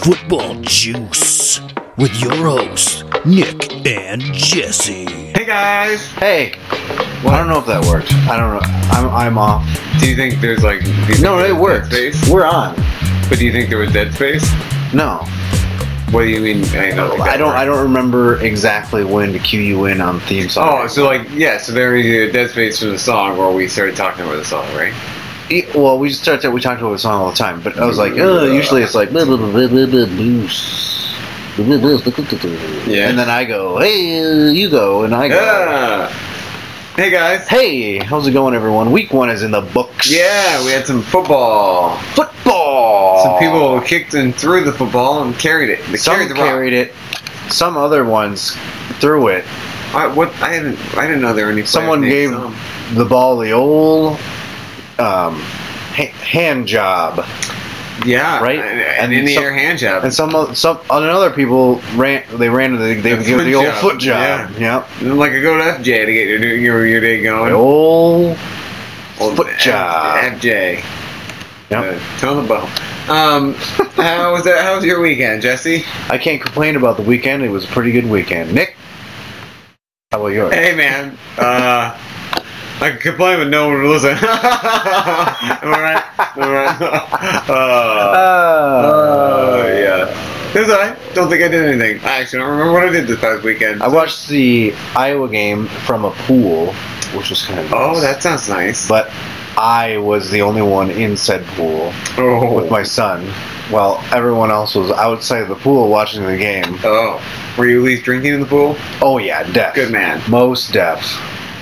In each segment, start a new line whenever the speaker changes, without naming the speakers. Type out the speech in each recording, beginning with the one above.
Football Juice with your hosts, Nick and Jesse.
Hey guys!
Hey, I don't know if that worked. I don't know. I'm, I'm off.
Do you think there's like do you think
No,
there's
it
dead
worked.
Space?
We're on.
But do you think there was dead space?
No,
What do you mean? I don't. think that
I don't.
worked.
I don't remember exactly when to cue you in on theme song.
Oh, so like yeah, so there was a dead space from the song where we started talking about the song, right?
E- well, we start that we talked about the song all the time, but I was like, oh, usually it's like blah, blah, blah, blah, blah, blah, blues. Blah, blah, blah, blah, blah, blah.
Yeah.
And then I go, hey, uh, you go, and I go,
Yeah. Hey guys.
hey, how's it going, everyone? Week one is in the books.
Yeah, we had some football.
football.
Some people kicked and threw the football and carried it. They
Some
carried
carried,
the rock.
it. Some other ones threw it.
I, what? I didn't. I didn't know there were any. players
Someone
named
gave
Tom.
the ball the old um, ha- hand job,
Yeah.
right?
And, and
And
in the
some-
air hand job.
and some o- some on another people ran. They ran. They, they
The
would give
foot
the old
job,
foot job. Yep.
like a go to FJ to get your your, your day going.
The old
Old
foot
F- uh,
job.
FJ.
Yep.
Uh, tell the bell. Um, how was that? How was your weekend, Jesse?
I can't complain about the weekend. It was a pretty good weekend. Nick, how about yours?
Hey, man. Uh, I can complain, but no one will listen. All right. All right. Uh, uh, yeah. It was all right. Don't think I did anything. I actually don't remember what I did this past weekend.
I watched the Iowa game from a pool, which was kind of
Oh,
nice.
that sounds nice.
But I was the only one in said pool.
Oh.
with my son while everyone else was outside the pool watching the game.
oh. Were you at least drinking in the pool?
Oh yeah, deaf.
Good man.
Most deaf.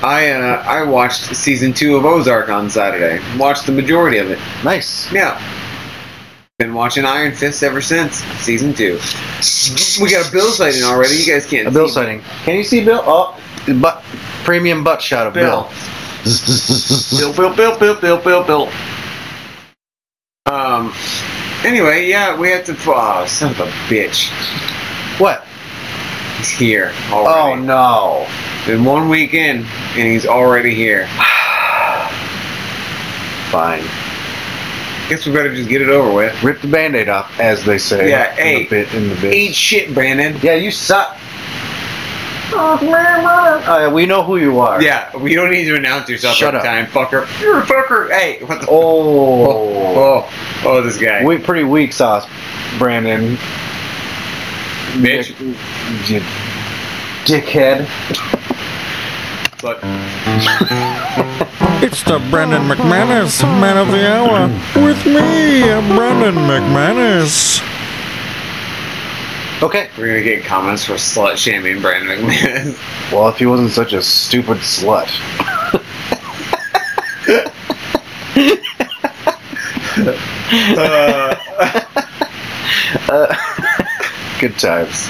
I uh, I watched season two of Ozark on Saturday. Watched the majority of it.
Nice.
Yeah. Been watching Iron Fist ever since season two. We got a bill sighting already. You guys can't.
A bill
see
sighting. Can you see Bill? Oh, but premium butt shot of Bill.
Bill. Bill. Bill. Bill. Bill. Bill. Bill. Bill. Um. Anyway, yeah, we had to. Oh, son of a bitch!
What?
He's here
Oh
already.
no.
Been one weekend, and he's already here.
Fine.
Guess we better just get it over with.
Rip the band-aid off, as they say.
Yeah,
In
hey.
the bit in the bit.
Eat shit, Brandon.
Yeah, you suck.
Oh,
Uh, we know who you are.
Yeah, we don't need to announce yourself
Shut
every
up.
time, fucker. You're a fucker. Hey, what the?
Oh.
Oh, oh, this guy.
We pretty weak sauce, Brandon.
Bitch.
Dick- you dickhead.
Look.
It's the Brendan McManus Man of the Hour with me, Brendan McManus.
Okay.
We're gonna get comments for slut shaming Brandon McManus.
Well, if he wasn't such a stupid slut. Good times.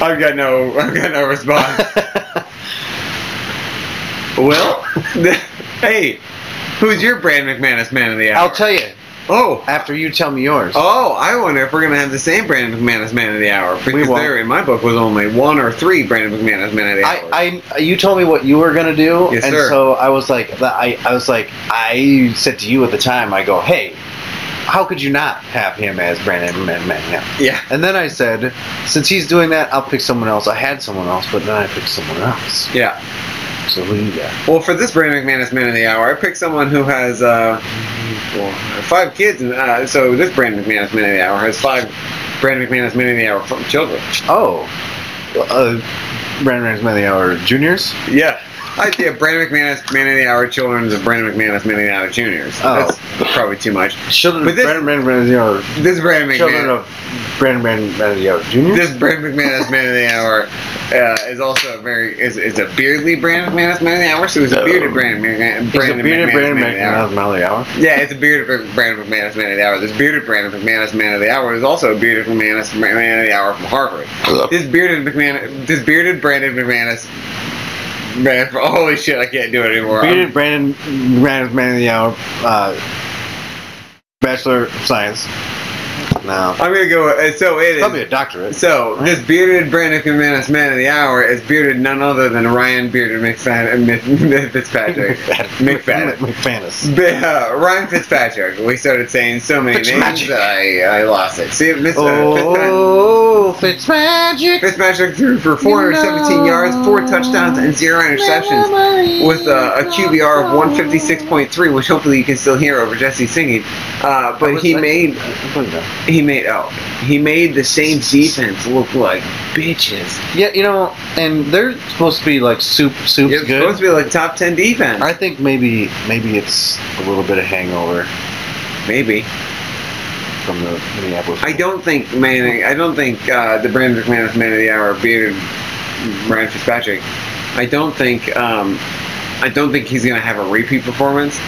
I've got no, I've got no response. well, hey, who's your Brandon McManus man of the hour?
I'll tell you
oh,
after you tell me yours.
oh, I wonder if we're gonna have the same Brandon McManus man of the hour because
won't.
there in my book was only one or three Brandon McManus man of the hour.
I, I, you told me what you were gonna do,
Yes,
and
sir.
so I was like, I, I was like, I said to you at the time, I go, hey, how could you not have him as Brandon McManus?
yeah.
And then I said, since he's doing that, I'll pick someone else. I had someone else, but then I picked someone else.
Yeah.
So who you got?
Well, for this Brandon McManus man of the hour, I picked someone who has uh, well, five kids. And, uh, so this Brandon McManus man of the hour has five Brandon McManus man of the hour f- children.
Oh, uh, Brandon McManus, our juniors.
Yeah. I yeah, Brandon McManus man of the hour children and Brandon McManus man of the hour juniors.
Oh.
That's probably too much.
Children
But
of
this-
Brandon McManus, our
This Brandon McManus.
children of Brandon McManus, our juniors.
this Brandon McManus man of the hour uh, is also a very is, is a beardly Brandon McManus man of the hour. So he's a bearded Brandon McManus.
He's a
Brandon
bearded
McManus
Brandon
man of the hour.
McManus, Mile of the Hour.
Yeah, it's a bearded Brandon McManus man of the hour. This bearded Brandon McManus man of the hour is also a bearded McManus man of the hour from Harvard. This bearded McManus, this bearded Brandon McManus. Man, holy shit! I can't do it anymore. I'm-
Bearded Brandon McManus, Man of the Hour, uh, Bachelor of Science. No.
I'm gonna go. uh, So it is.
Probably a doctorate.
So this bearded Brandon McManus man of the hour is bearded none other than Ryan Bearded McFad- uh, Mc- Mc- Fitzpatrick. McFadden.
McFadden.
But, uh, Ryan Fitzpatrick. We started saying so many names.
Fitzmagic.
I, I lost it. See, Mr. Fitzpatrick.
Oh, Fitzmagic.
Fitzpatrick threw for 417 yards, four touchdowns, and zero interceptions, with uh, a QBR of 156.3, which hopefully you can still hear over Jesse singing. Uh, but he made he made oh he made the same defense look like bitches.
Yeah, you know, and they're supposed to be like soup. Soup's
It's
good.
supposed to be like top ten defense.
I think maybe maybe it's a little bit of hangover
Maybe
from the Minneapolis.
I don't think Manning. I don't think uh, the Brandon McManus Man of the Hour bearded Ryan Fitzpatrick. I don't think. Um, I don't think he's gonna have a repeat performance.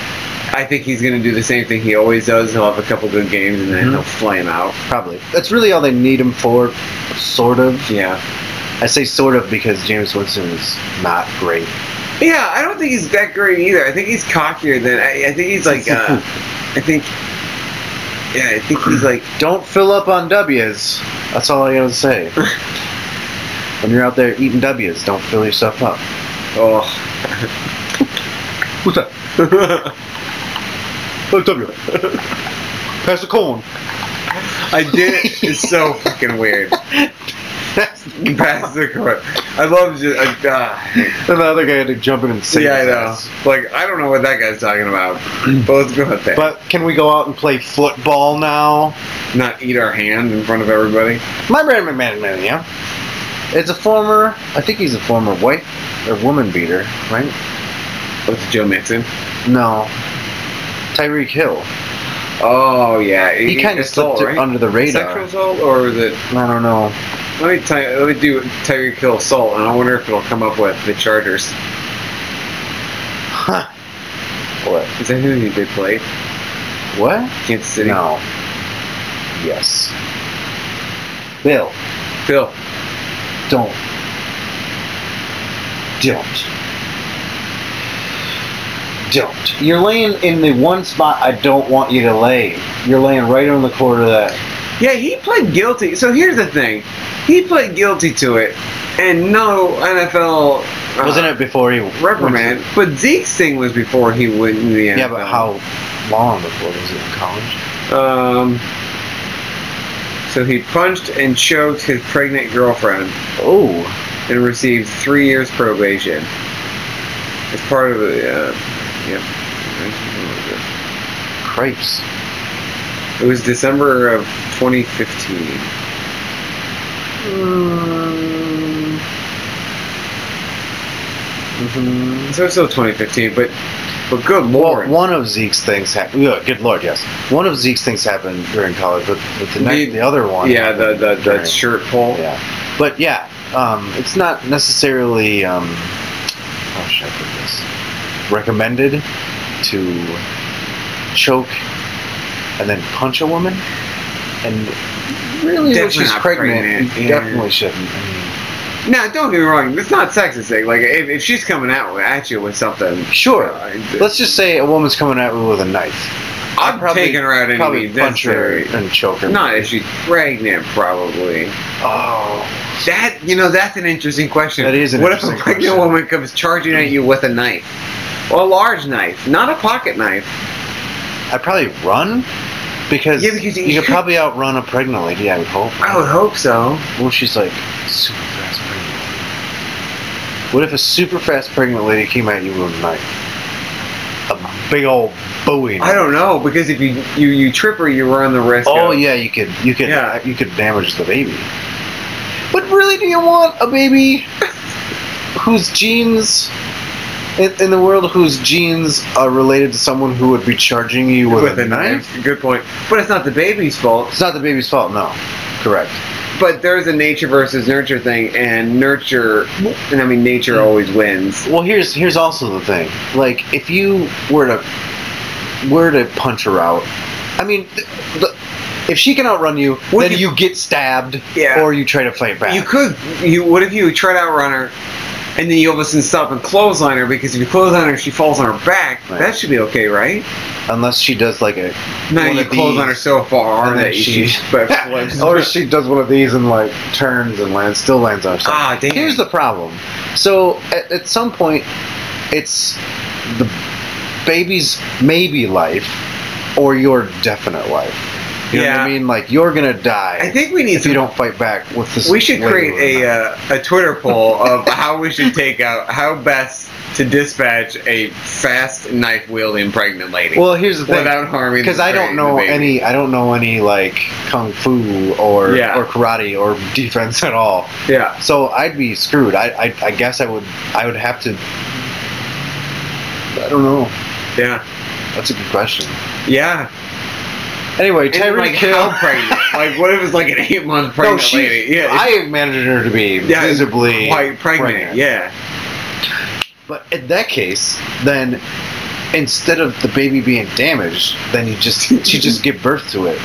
I think he's gonna do the same thing he always does. He'll have a couple good games and then he'll flame out.
Probably. That's really all they need him for, sort of.
Yeah.
I say sort of because James Winston is not great.
Yeah, I don't think he's that great either. I think he's cockier than I, I think he's like. Uh, I think. Yeah, I think he's like.
Don't fill up on W's. That's all I gotta say. when you're out there eating W's, don't fill yourself up.
Oh.
What's that? Oh, W. Pass the corn.
I did it. It's so fucking weird.
That's the
Pass the court. I love just. Uh, ah.
other guy had to jump in and save
yeah, I
his
know.
ass.
Like, I don't know what that guy's talking about, but let's go with that.
But can we go out and play football now?
Not eat our hand in front of everybody.
My Brad McMahon, man, yeah. It's a former, I think he's a former white or woman beater, right?
What's Joe Mixon?
No. Tyreek Hill.
Oh yeah,
He, kind of
assault,
slipped it under the
Sexual
radar.
assault, or is it?
I don't know.
Let me tell you, let me do Tiger Kill assault, and I wonder if it'll come up with the Chargers.
Huh. What?
Is that who they played?
What?
Kansas City.
No. Yes. Bill,
Phil.
don't. Don't. Don't. You're laying in the one spot I don't want you to lay. You're laying right on the quarter of that.
Yeah, he pled guilty. So here's the thing, he pled guilty to it, and no NFL. uh,
Wasn't it before he
reprimand? But Zeke's thing was before he went in the NFL.
Yeah, but how long before was it in college?
Um, so he punched and choked his pregnant girlfriend
Oh,
and received three years probation. As part of the, uh, yeah.
cripes.
It was December of 2015.
Um, Mm-hmm.
So it's still 2015, but but good
Well,
lord.
one of Zeke's things happened. good lord, yes. One of Zeke's things happened during college, but, but the,
The-
next, the other one.
yeah, the, the,
happened
the
during-
shirt pull.
Yeah, but yeah, um, it's not necessarily. Um, how should I put this? Recommended to choke and then punch a woman, and really,
Definitely
if she's
not
pregnant,
pregnant,
you
yeah.
definitely shouldn't. I mean,
Now, don't get me wrong, it's not sexist thing. Like, if, if she's coming out at you with something,
Sure.
uh,
Let's just say a woman's coming at me with a knife.
I'm
I'd probably-
taking her out
Probably
anyway.
punch her and choke her.
Not if she's pregnant, probably.
Oh.
That you know, that's an interesting question.
That is an
what
interesting
if a pregnant
question.
woman comes charging at you with a knife, a large knife, not a pocket knife?
I'd probably run because,
Yeah, because you-
you, could probably outrun a pregnant lady. I would hope.
I would hope so.
Well, she's like super fast pregnant. lady. What if a super fast pregnant lady came at you with a knife? A big old Bowie.
I
knife.
don't know because if you you you trip her, you run the risk.
Oh
of,
yeah, you could you could
Yeah.
you could damage the baby. But really, do you want a baby whose genes in, in the world whose genes are related to someone who would be charging you with, a knife?
Good point. But it's not the baby's fault.
It's not the baby's fault. No, correct.
But there's a nature versus nurture thing, and nurture, and I mean nature always wins.
Well, here's here's also the thing. Like, if you were to were to punch her out, I mean, th- the, if she can outrun you,
Would
then
you-
you, get stabbed,
Yeah.
or you try to fight back.
You could. You what if you try to outrun her, and then you all of a sudden stop and clothesline her because if you clothesline her, she falls on her back.
Right.
That should be okay, right?
Unless she does like a
No,
One
you
of
clothesline her
these.
so far
and then
that she, she flips.
or she does one of these and like turns and lands, still lands on herself.
ah, damn.
Uh, Here's the problem. So at, at some point, it's the baby's maybe life or your definite life. You know what
Yeah.
I mean? Like you're gonna die
I think we need
if
some
you don't fight back with this.
We should
later
create
or not.
a uh, a Twitter poll of how we should take out how best to dispatch a fast knife wielding pregnant lady
Well, here's the thing.
without harming.
Because
the
I
baby-
don't know
the baby.
any, I don't know any like kung fu or
Yeah.
or karate or defense at all.
Yeah,
So I'd be screwed. I, I, I guess I would I would have to. I don't know.
yeah,
That's a good question.
yeah.
Anyway,
And then,
Tyreek
like
Hill.
how pregnant? like what if it's like an eight month pregnant
she-
lady? Yeah,
I imagined her to be
Yeah,
visibly
it's quite pregnant. Yeah,
But in that case, then instead of the baby being damaged, then you just she just give birth to it.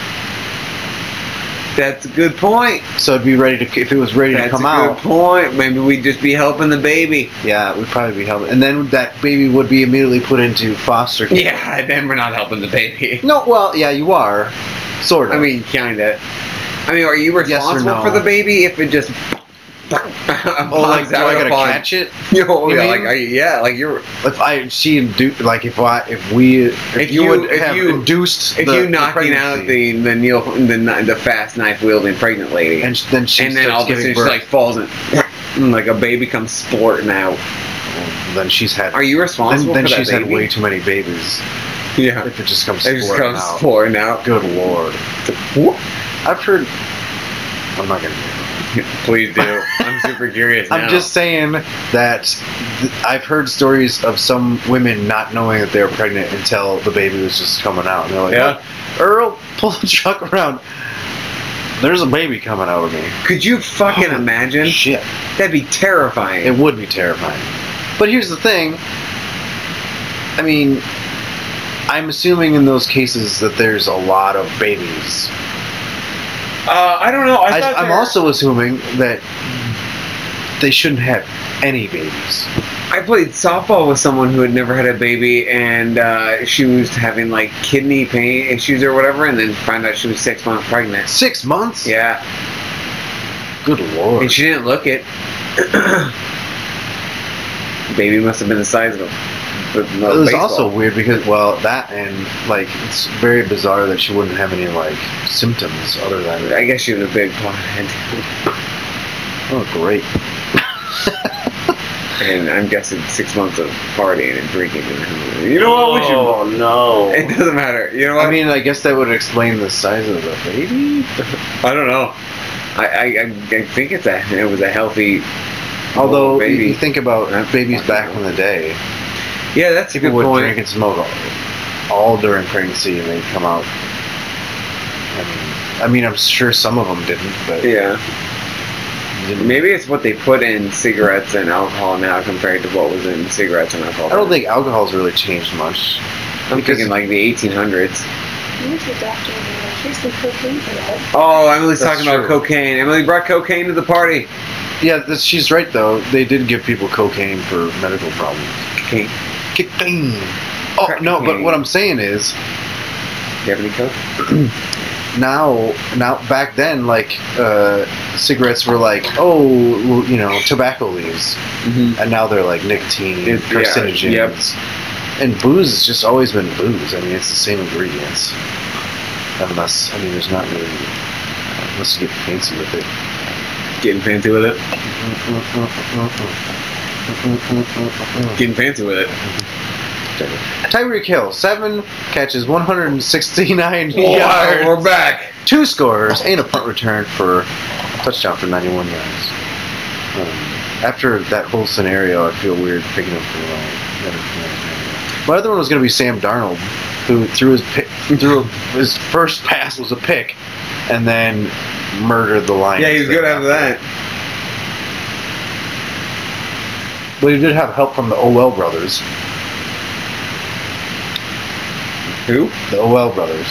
that's a good point.
So it'd be ready to if it was ready
That's
to come
a
out.
good point. Maybe we'd just be helping the baby.
Yeah, we'd probably be helping. And then that baby would be immediately put into foster care.
Yeah, then we're not helping the baby.
No, well, yeah, you are. Sort of.
I mean, kinda. I mean, are you
Yes or
responsible
no?
for the baby if it just?
oh, like,
plugs
do
out
I gotta
upon-
catch it?
You know,
You
yeah,
mean?
like, are you, yeah, like you're.
If I, she induced, like, if I, if we, if,
If
you,
you-
would
if
have
you-
induced,
If
the-
you
the
knocking out
pregnancy,
the the Neil the kn- the fast knife wielding pregnant lady, and,
and sh- then she
then
starts
all of a
giving
sudden she
birth,
like falls and, and, like a baby comes splurting out.
and then she's had,
Are you
then,
responsible
then
for that
she's
baby?
had way too many babies.
yeah,
If it just comes
it just
squirting
comes
out,
splurting out.
good lord,
Whoop.
I've heard. I'm not gonna.
Please do. I'm super curious. Now.
I'm just saying that th- I've heard stories of some women not knowing that they were pregnant until the baby was just coming out, and they're like,
Yeah.
Earl, pull the truck around. There's a baby coming out of me.
Could you fucking
Oh,
imagine?
Shit.
That'd be terrifying.
It would be terrifying. But here's the thing. I mean, I'm assuming in those cases that there's a lot of babies.
uh, I don't know. I
I
thought
I, am
there-
also assuming that they shouldn't have any babies.
I played softball with someone who had never had a baby, and uh, she was having like kidney pain issues or whatever, and then found out she was six months pregnant.
Six months?
Yeah,
Good lord.
and she didn't look it. baby must have been the size of a. of a
it was
baseball.
also weird because well that and like it's very bizarre that she wouldn't have any like symptoms other than
I guess she was a big pothead,
oh great
and I'm guessing six months of partying and drinking. And you know what? We should.
Oh no.
It doesn't matter. You know what?
i mean i guess that would explain the size of the baby
I don't know. I I, I, I think it's a it was a healthy.
although you-
baby.
you think about uh, babies back in the day
Yeah, that's a
people
good
would
point.
drink and smoke all, all during pregnancy and they'd come out I mean, I mean i'm sure some of them didn't but
Yeah.
didn't-
Maybe it's what they put in cigarettes and alcohol now compared to what was in cigarettes and alcohol.
i don't think alcohol's really changed much
I'm thinking like the 1800s.
Here's your doctor. and Here's the cocaine for that.
Oh, Emily's
That's
talking about
true.
cocaine. Emily brought cocaine to the party.
yeah this, she's right though they did give people cocaine for medical problems
Cocaine.
Kick bang. Oh
Crack
no! But
cocaine.
what I'm saying is
Do you have any coke?
now, now back then, like uh, cigarettes were like, oh, well, you know, tobacco leaves,
Mm-hmm.
and now they're like nicotine
It's- yeah,
carcinogens. And booze has just always been booze. I mean, it's the same ingredients, unless I mean, there's not really unless you get fancy with it.
Getting fancy with it. Getting fancy with it.
Tyreek Hill, seven catches, 169 yards.
Yeah, Oh, we're back.
two scores and a punt return for touchdown for 91 yards. Um, after that whole scenario, I feel weird picking up the wrong. another player. My other one was going to be Sam Darnold, who threw his pick, threw his first pass was a pick, and then murdered the Lions.
Yeah, he's good after that.
But he did have help from the OL brothers.
Who?
The OL brothers,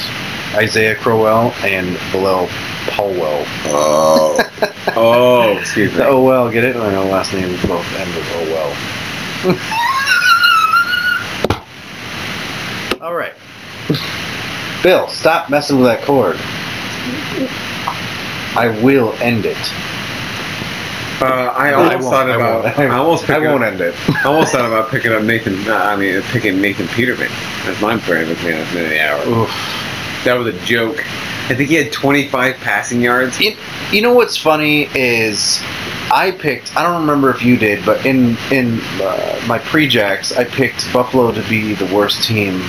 Isaiah Crowell and Bilal Howell.
Oh. oh, excuse me.
The oh well, get it? I know last name both end with oh well. All right, Bill, stop messing with that cord. I will end it.
Uh, I
I
almost
won't,
thought
I
about.
won't.
I, almost.
I
picked
won't
up,
end it.
I almost thought about picking up Nathan. Uh, I mean, picking Nathan Peterman. That's my brain between us in the hour.
Oof.
That was a joke. I think he had 25 passing yards.
You, you know what's funny is I picked. I don't remember if you did, but in in uh, my pre-jacks, I picked Buffalo to be the worst team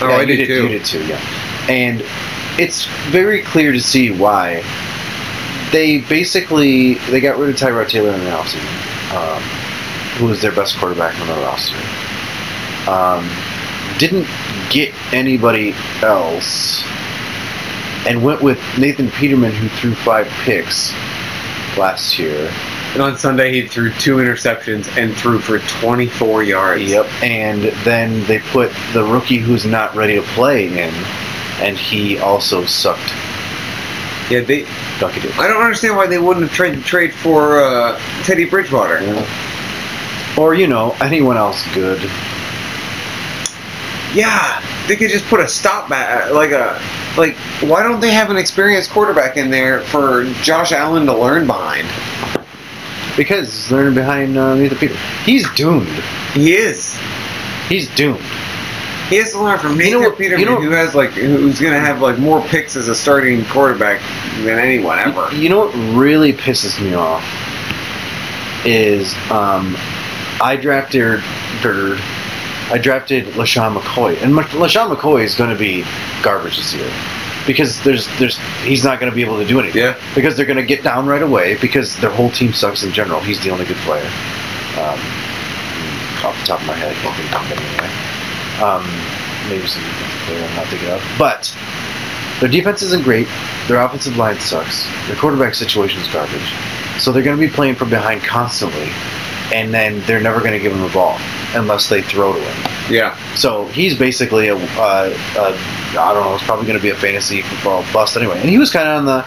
Oh,
Yeah,
I
you
did
You
too.
did too, yeah. And it's very clear to see why. They basically they got rid of Tyrod Taylor in the offseason, um, who was their best quarterback on the roster. Um, didn't get anybody else, and went with Nathan Peterman, who threw five picks last year.
And on Sunday, he threw two interceptions and threw for 24 yards.
Yep. And then they put the rookie who's not ready to play in, and he also sucked
Yeah, they.
Ducky Doo.
I don't understand why they wouldn't have tried to trade for uh, Teddy Bridgewater.
Or, you know, anyone else good.
Yeah, they could just put a stop back, like a, like why don't they have an experienced quarterback in there for Josh Allen to learn behind?
Because he's learning behind uh, Nathan Peter. He's doomed.
He is.
He's doomed.
He has to learn from
You
Nathan
know what-
Peterman,
you know-
who has like who's gonna have like more picks as a starting quarterback than anyone ever.
You know what really pisses me off is um, I drafted Dirt. I drafted LaShawn McCoy, and Ma- LaShawn McCoy is going to be garbage this year because there's there's he's not going to be able to do anything.
Yeah.
because they're going to get down right away because their whole team sucks in general. He's the only good player. Um, off the top of my head, I can't think of it anyway. Um, maybe some defensive player I'm not thinking of. But their defense isn't great. Their offensive line sucks. Their quarterback situation is garbage. So they're going to be playing from behind constantly, and then they're never going to give him the ball unless they throw to him.
Yeah,
So he's basically a, uh, a I don't know, it's probably going to be a fantasy football bust anyway. And he was kind of on the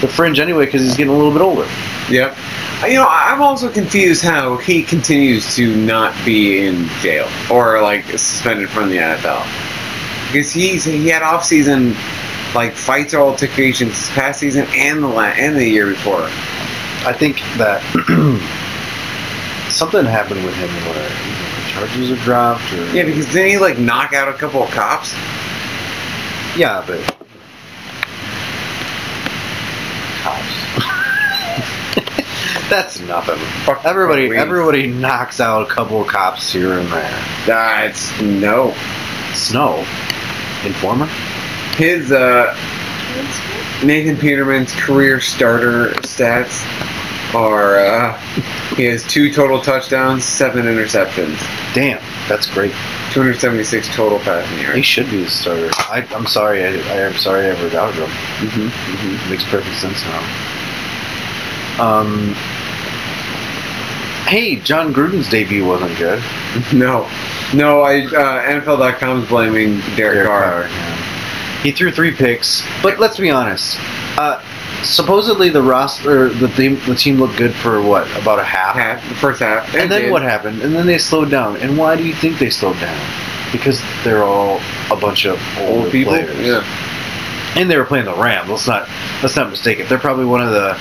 the fringe anyway because he's getting a little bit older.
yeah. Uh, You know, I- I'm also confused how he continues to not be in jail or like suspended from the NFL because he's he had off season like fights or altercations this past season and the la- and the year before.
I think that something happened with him where you know, the charges are dropped. Or,
Yeah, because didn't he like knock out a couple of cops?
yeah, but cops. That's nothing.
Fuck
Everybody,
police.
everybody knocks out a couple of cops here and there.
That's no.
Snow, informer.
His uh, Nathan Peterman's career starter stats are uh, he has two total touchdowns, seven interceptions,
Damn, that's great.
276 total passing
He
yards.
should be the starter. I, I'm sorry. I, I am sorry I ever doubted him.
Mm-hmm,
makes perfect sense now. Um. Hey, John Gruden's debut wasn't good.
Mm-hmm. No, no. I uh, NFL.com's blaming Derek Carr.
yeah. He threw three picks, but let's be honest. Uh, supposedly the roster, the team, the team looked good for what about a half,
Half the first half,
and then
did.
what happened? And then they slowed down. And why do you think they slowed down? Because they're all a bunch of older
Old people.
players.
Yeah,
and they were playing the Rams. Let's not let's not mistake it. They're probably one of the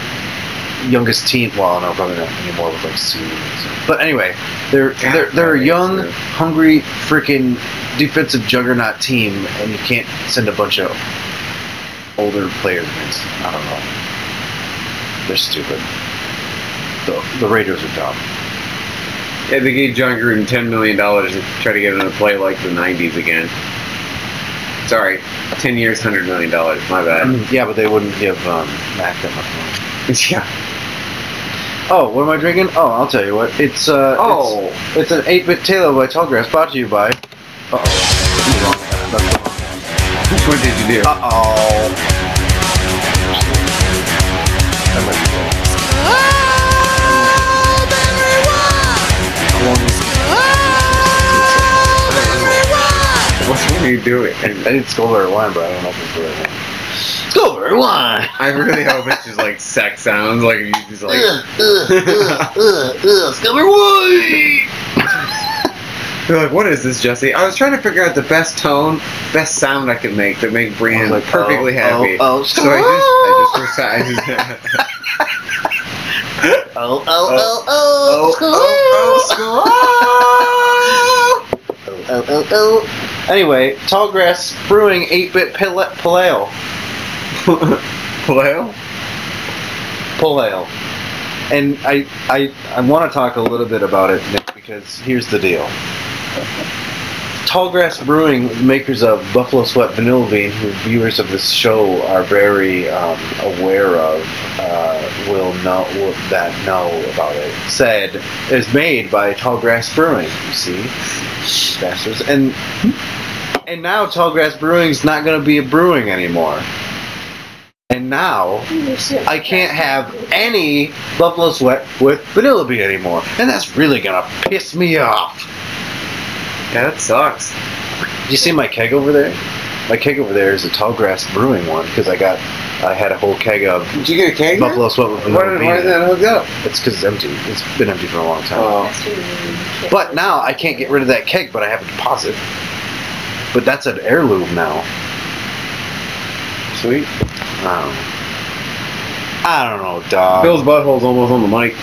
youngest team. Well, no, probably not anymore with like seniors. But anyway, they're
God,
they're they're a
that
young,
is, uh,
hungry, freaking defensive juggernaut team, and you can't send a bunch of older players against. I don't know. They're stupid. The, the Raiders are dumb.
yeah. They gave John Gruden 10 million dollars to try to get him to play like the 90s again. Sorry, 10 years, 100 million dollars. My bad.
yeah, but they wouldn't give um, Mac that much money.
yeah.
Oh, what am I drinking? Oh, I'll tell you what. It's uh, it's-
Oh.
It's an 8-bit Taylor by Tallgrass, brought to you by. Uh-oh. Mm-hmm.
What did you do?
Uh, Uh-oh. That might be wrong.
What are you doing?
I did Skull Bear Wine, but I don't know if it's the right one. Discover why.
I really hope it's just like sex sounds. Like you just like.
Discover why.
You're like, what is this, Jesse? I was trying to figure out the best tone, best sound I could make to make Brian
like,
perfectly
oh,
happy.
oh, oh,
so I just, I just recited.
Oh, oh, oh,
oh,
oh,
oh,
oh, oh, oh, oh. Anyway, Tallgrass Brewing 8-bit pale, pale ale.
Hello?
Pale ale. And I, I, I want to talk a little bit about it, Nick, because here's the deal. Tallgrass Brewing, makers of Buffalo Sweat Vanilla Bean, who viewers of this show are very um, aware of, uh, will know will, that know about it. Said is made by Tallgrass Brewing. You see, bastards, and and now Tallgrass Brewing's not going to be a brewing anymore. And now I can't have any Buffalo Sweat with Vanilla Bean anymore, and that's really gonna piss me off.
Yeah, that sucks.
You see my keg over there? My keg over there is a tall grass brewing one because I got, I had a whole keg of
Did you get a cake? Why,
Buffalo Sweat with
did-
vanilla bean.
why
in
is
it.
that hooked up?
It's because it's empty. It's been empty for a long time.
Oh.
But now I can't get rid of that keg, but I have a deposit. But that's an heirloom now.
Sweet.
Um, I don't know, dog.
Bill's butthole's almost on the mic.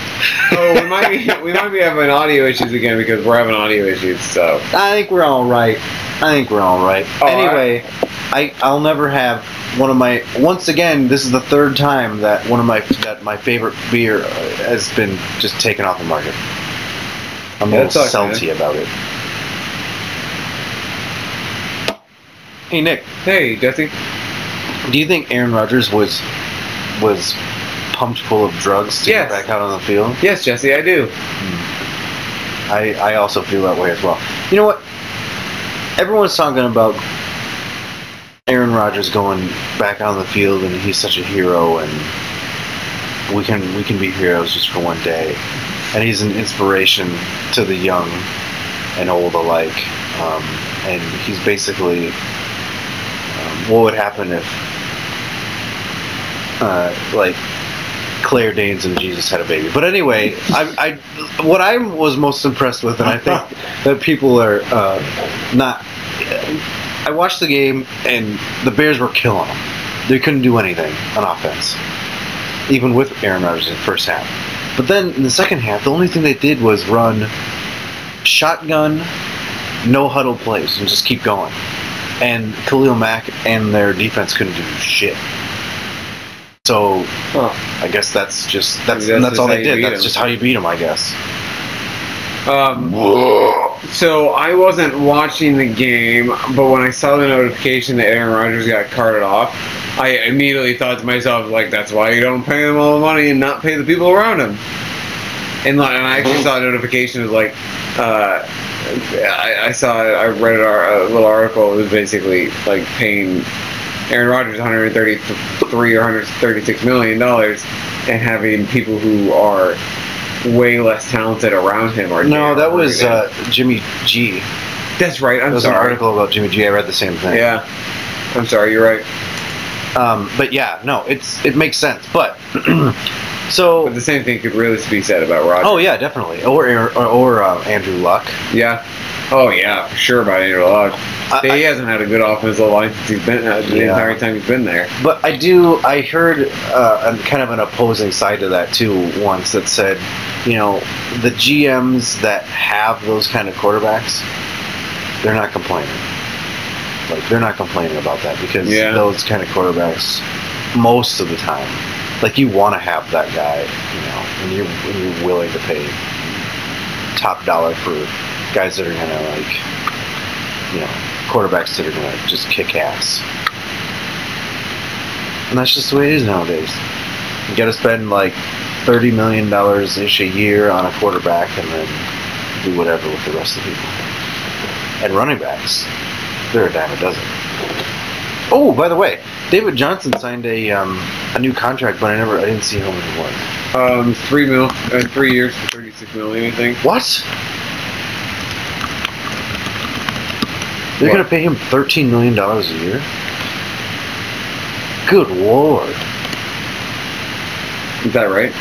oh, we might be we might be having audio issues again because we're having audio issues. So
I think we're all right. I think we're all right.
All
anyway, I I'll never have one of my. Once again, this is the third time that one of my that my favorite beer uh, has been just taken off the market. I'm
Yeah, that
a little
sucks, man.
salty about it. Hey Nick,
hey, Jesse.
do you think Aaron Rodgers was was pumped full of drugs to
Yes.
get back out on the field?
Yes, Jesse, I do.
I, I also feel that way as well. You know what? Everyone's talking about Aaron Rodgers going back on the field and he's such a hero and we can we can be heroes just for one day. And he's an inspiration to the young and old alike. Um, and he's basically um, what would happen if uh, like Claire Danes and Jesus had a baby. But anyway, I, I what I was most impressed with, and I think that people are uh, not. I watched the game, and the Bears were killing them. They couldn't do anything on offense, even with Aaron Rodgers in the first half. But then in the second half, the only thing they did was run shotgun, no huddle plays, and just keep going. And Khalil Mack and their defense couldn't do shit. So I guess that's just that's
Maybe that's
that's, all
just how
they
you
did.
beat
That's
him.
just how you beat him, I guess.
Um, so I wasn't watching the game, but when I saw the notification that Aaron Rodgers got carted off, I immediately thought to myself, like, that's why you don't pay him all the money and not pay the people around him. And, like, and I actually saw a notification of like, uh, I, I saw I read an ar- a little article. It was basically like paying Aaron Rodgers 133 or 136 million dollars, and having people who are way less talented around him. Or
No, that was uh, Jimmy G.
that's right.
There
I'm
was an
sorry.
article about Jimmy G. I read the same thing.
Yeah, I'm sorry. You're right.
Um, but yeah, no, it's it makes sense. But
But
so
the same thing could really be said about Rodgers.
oh yeah, definitely. Or Aaron- or, or uh, Andrew Luck.
yeah. Oh yeah, for sure about Andrew Luck.
I-
He hasn't had a good offensive line since he's been uh, the
Yeah.
entire time he's been there.
But I do. I heard uh, a, kind of an opposing side to that too once that said, you know, the GMs that have those kind of quarterbacks, they're not complaining. Like they're not complaining about that because
Yeah.
those kind of quarterbacks, most of the time, like you want to have that guy, you know, and you're and you're willing to pay top dollar for guys that are gonna like, you know, quarterbacks that are gonna just kick ass. And that's just the way it is nowadays. You gotta spend like thirty million dollars ish a year on a quarterback and then do whatever with the rest of the people. And running backs. They're a dime a dozen. Oh, by the way, David Johnson signed a um, a new contract, but I never I didn't see how much it was.
Um, three mil, uh, three years for 36 million, I think.
What? They're
What?
gonna pay him thirteen million dollars a year? Good lord.
Is that right?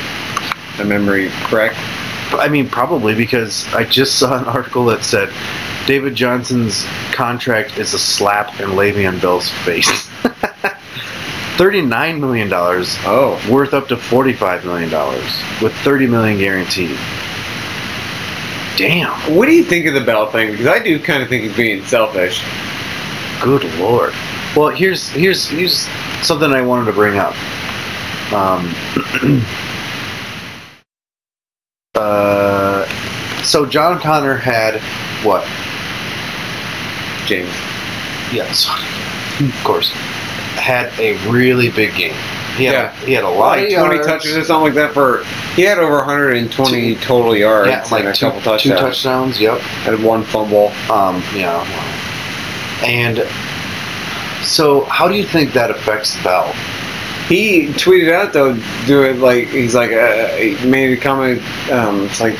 My memory correct?
I mean, probably because I just saw an article that said David Johnson's contract is a slap in Le'Veon Bell's face. $39 million
Oh.
worth up to $45 million with $30 million guaranteed. Damn.
What do you think of the Bell thing? Because I do kind of think he's being selfish.
Good lord. Well, here's here's here's something I wanted to bring up. Um, uh, so John Connor had what
James.
Yes, of course. Had a really big game. He had,
Yeah.
he had a lot
Like
of
20
yards.
touches or something like that for. He had over 120 total yards
Yeah,
and
like
a
two,
couple touchdowns.
two touchdowns. Yep.
And one fumble.
Um, you know. And so, how do you think that affects Bell?
He tweeted out though, doing like he's like uh, he made a comment. Um, it's like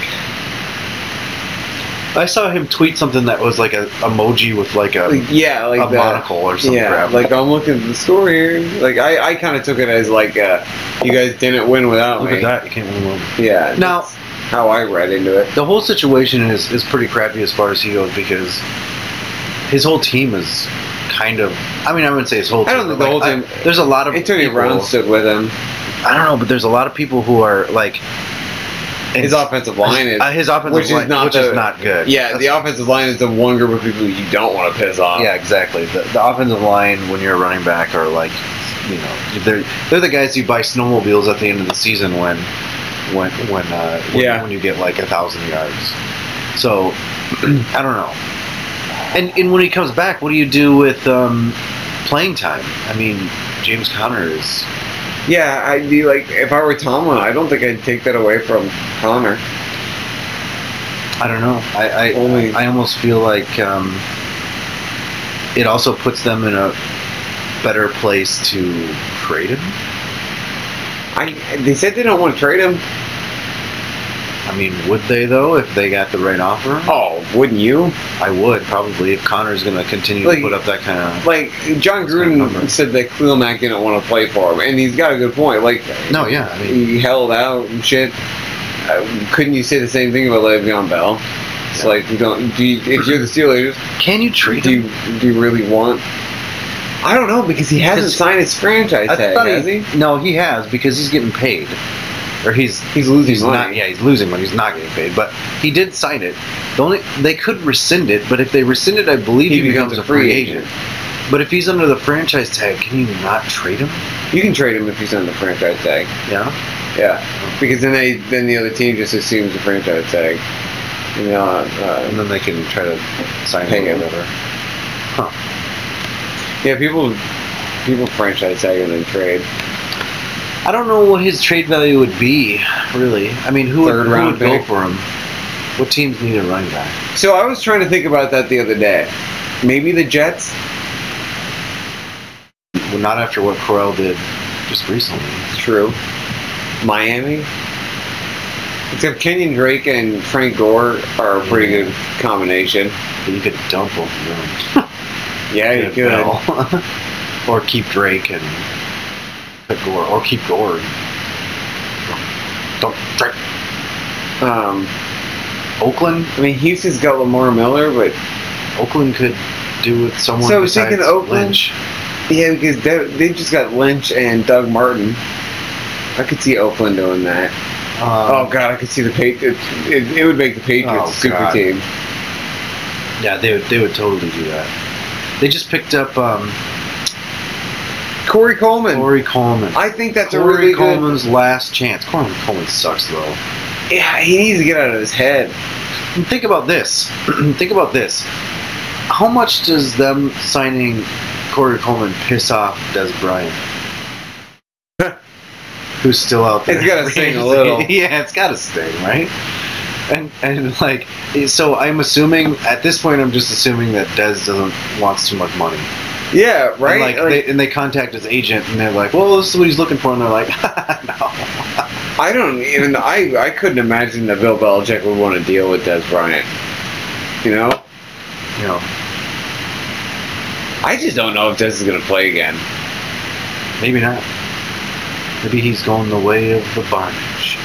I saw him tweet something that was like a emoji with like a,
like, yeah, like
a
the,
monocle or some
yeah,
crap.
like I'm looking at the score here. Like I, I kind of took it as like uh, you guys didn't win without
Look
me.
at that! You can't win one.
Yeah.
Now-
that's how I read into it.
The whole situation is is pretty crappy as far as he goes because his whole team is kind of. I mean, I wouldn't say his whole.
I
Team,
don't think
but,
the
like,
whole
I- there's a lot of
Antonio
people-
Brown stood with him.
I don't know, but there's a lot of people who are like
His offensive line is.
uh, his offensive
which is
line,
not
which
the-
is not good.
yeah, the offensive line is the one group of people you don't want to piss off.
yeah, exactly. The, the offensive line when you're a running back are like, you know, they're they're the guys who buy snowmobiles at the end of the season when when when uh, when,
Yeah.
when you get like a thousand yards. So I don't know. And and when he comes back, what do you do with um, playing time? I mean, James Conner is
Yeah, I'd be like, if I were Tomlin, I don't think I'd take that away from Connor.
I don't know. I I,
Only-
I almost feel like um, it also puts them in a better place to trade him.
I they said they don't want to trade him.
I mean, would they though if they got the right offer?
Oh, wouldn't you?
I would probably if Connor's going to continue
Like-
to put up that kind of.
Like John
That's my number.
Gruden said that Cleo Mack didn't want to play for him, and he's got a good point. Like
No, yeah, I mean,
he held out and shit. Uh, couldn't you say the same thing about Le'Veon Bell? It's
Yeah.
like you don't. Do you, if you're the Steelers,
can you trade
do
him?
you, do you really want? I don't know because he hasn't
Because-
signed his franchise
I
tag,
thought
has he?
No, he has because he's getting paid, or he's
He's losing
he's
money.
not. Yeah, he's losing money. He's not getting paid, but he did sign it. The only they could rescind it, but if they rescind it, I believe he, becomes, a free agent. But if he's under the franchise tag, can you not trade him?
You can trade him if he's on the franchise tag.
Yeah.
Yeah, because then they then the other team just assumes the franchise tag. You know, uh,
And then they can try to sign
Pay
him
him.
or whatever.
Yeah, people people franchise tag and then trade.
I don't know what his trade value would be, really. I mean, who
Third
would, who
round
would go
pick.
for him? What teams need a running back?
So I was trying to think about that the other day. Maybe the Jets.
Well, not after what Corell did just recently.
It's true. Miami. Except Kenyon Drake and Frank Gore are a pretty good combination.
But you could dump both of them.
Yeah, you
Get
could.
Bell. or keep Drake and put Gore. Or keep Gore. Don't Drake.
Um,
Oakland.
I mean, Houston's got Lamar Miller, but
Oakland could do with someone.
So I was thinking
besides
Oakland.
Lynch.
yeah, because they, they just got Lynch and Doug Martin. I could see Oakland doing that.
Um,
oh God, I could see the Patriots. It, it would make the Patriots
Oh,
a super
God.
team.
Yeah, they would. They would totally do that. They just picked up um,
Corey Coleman.
Corey Coleman.
I think that's a
Corey
really good.
Coleman's last chance. Corey Coleman sucks though.
Yeah, he needs to get out of his head.
And think about this. think about this. How much does them signing Corey Coleman piss off Des Bryant? Who's still out there?
It's gotta sting a little.
yeah, it's gotta sting, right? And and like so I'm assuming at this point I'm just assuming that Des doesn't wants too much money.
Yeah, right.
And like, they, and they contact his agent and they're like, Well this is what he's looking for and they're like, No.
I don't even. I I couldn't imagine that Bill Belichick would want to deal with Des Bryant. You know,
You know,
I just don't know if Des is going to play again.
Maybe not. Maybe he's going the way of the bondage.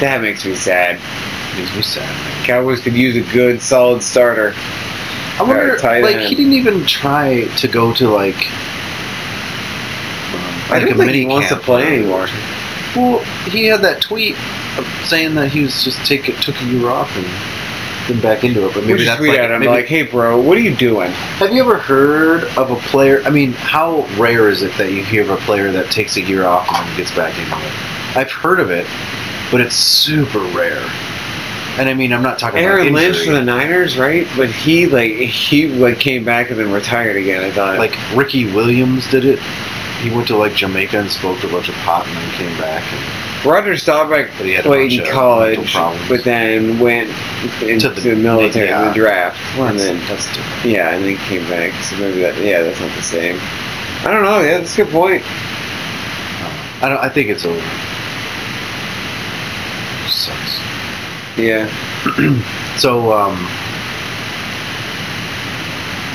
That makes me sad.
Makes me sad.
Cowboys could use a good, solid starter.
I wonder,
tight
like,
end.
he didn't even try to go to, like, um,
I
like
don't
a
think
mini
he wants to
camp. uh,
play anymore.
Well, he had that tweet of saying that he was just take it, took a year off and then back into it. But
We
maybe
just
that's
tweet
like,
at him
maybe-
like, "Hey, bro, what are you doing?"
Have you ever heard of a player? I mean, how rare is it that you hear of a player that takes a year off and then gets back into it? I've heard of it, but it's super rare. And I mean, I'm not talking
Aaron
about
Lynch
injury.
for the Niners, right? But he like he like came back and then retired again. I thought
like Ricky Williams did it. He went to like Jamaica and smoked a bunch of pot and then came back. And
Roger Staubach
But he had a
played
bunch
in
of mental
college,
problems.
but then went into
the-
the, military in
yeah.
the draft, and
that's,
then
that's different.
yeah, and then came back. So maybe that yeah, that's not the same. I don't know. Yeah, that's a good point.
I don't. I think it's over. Sucks.
Yeah,
So, um,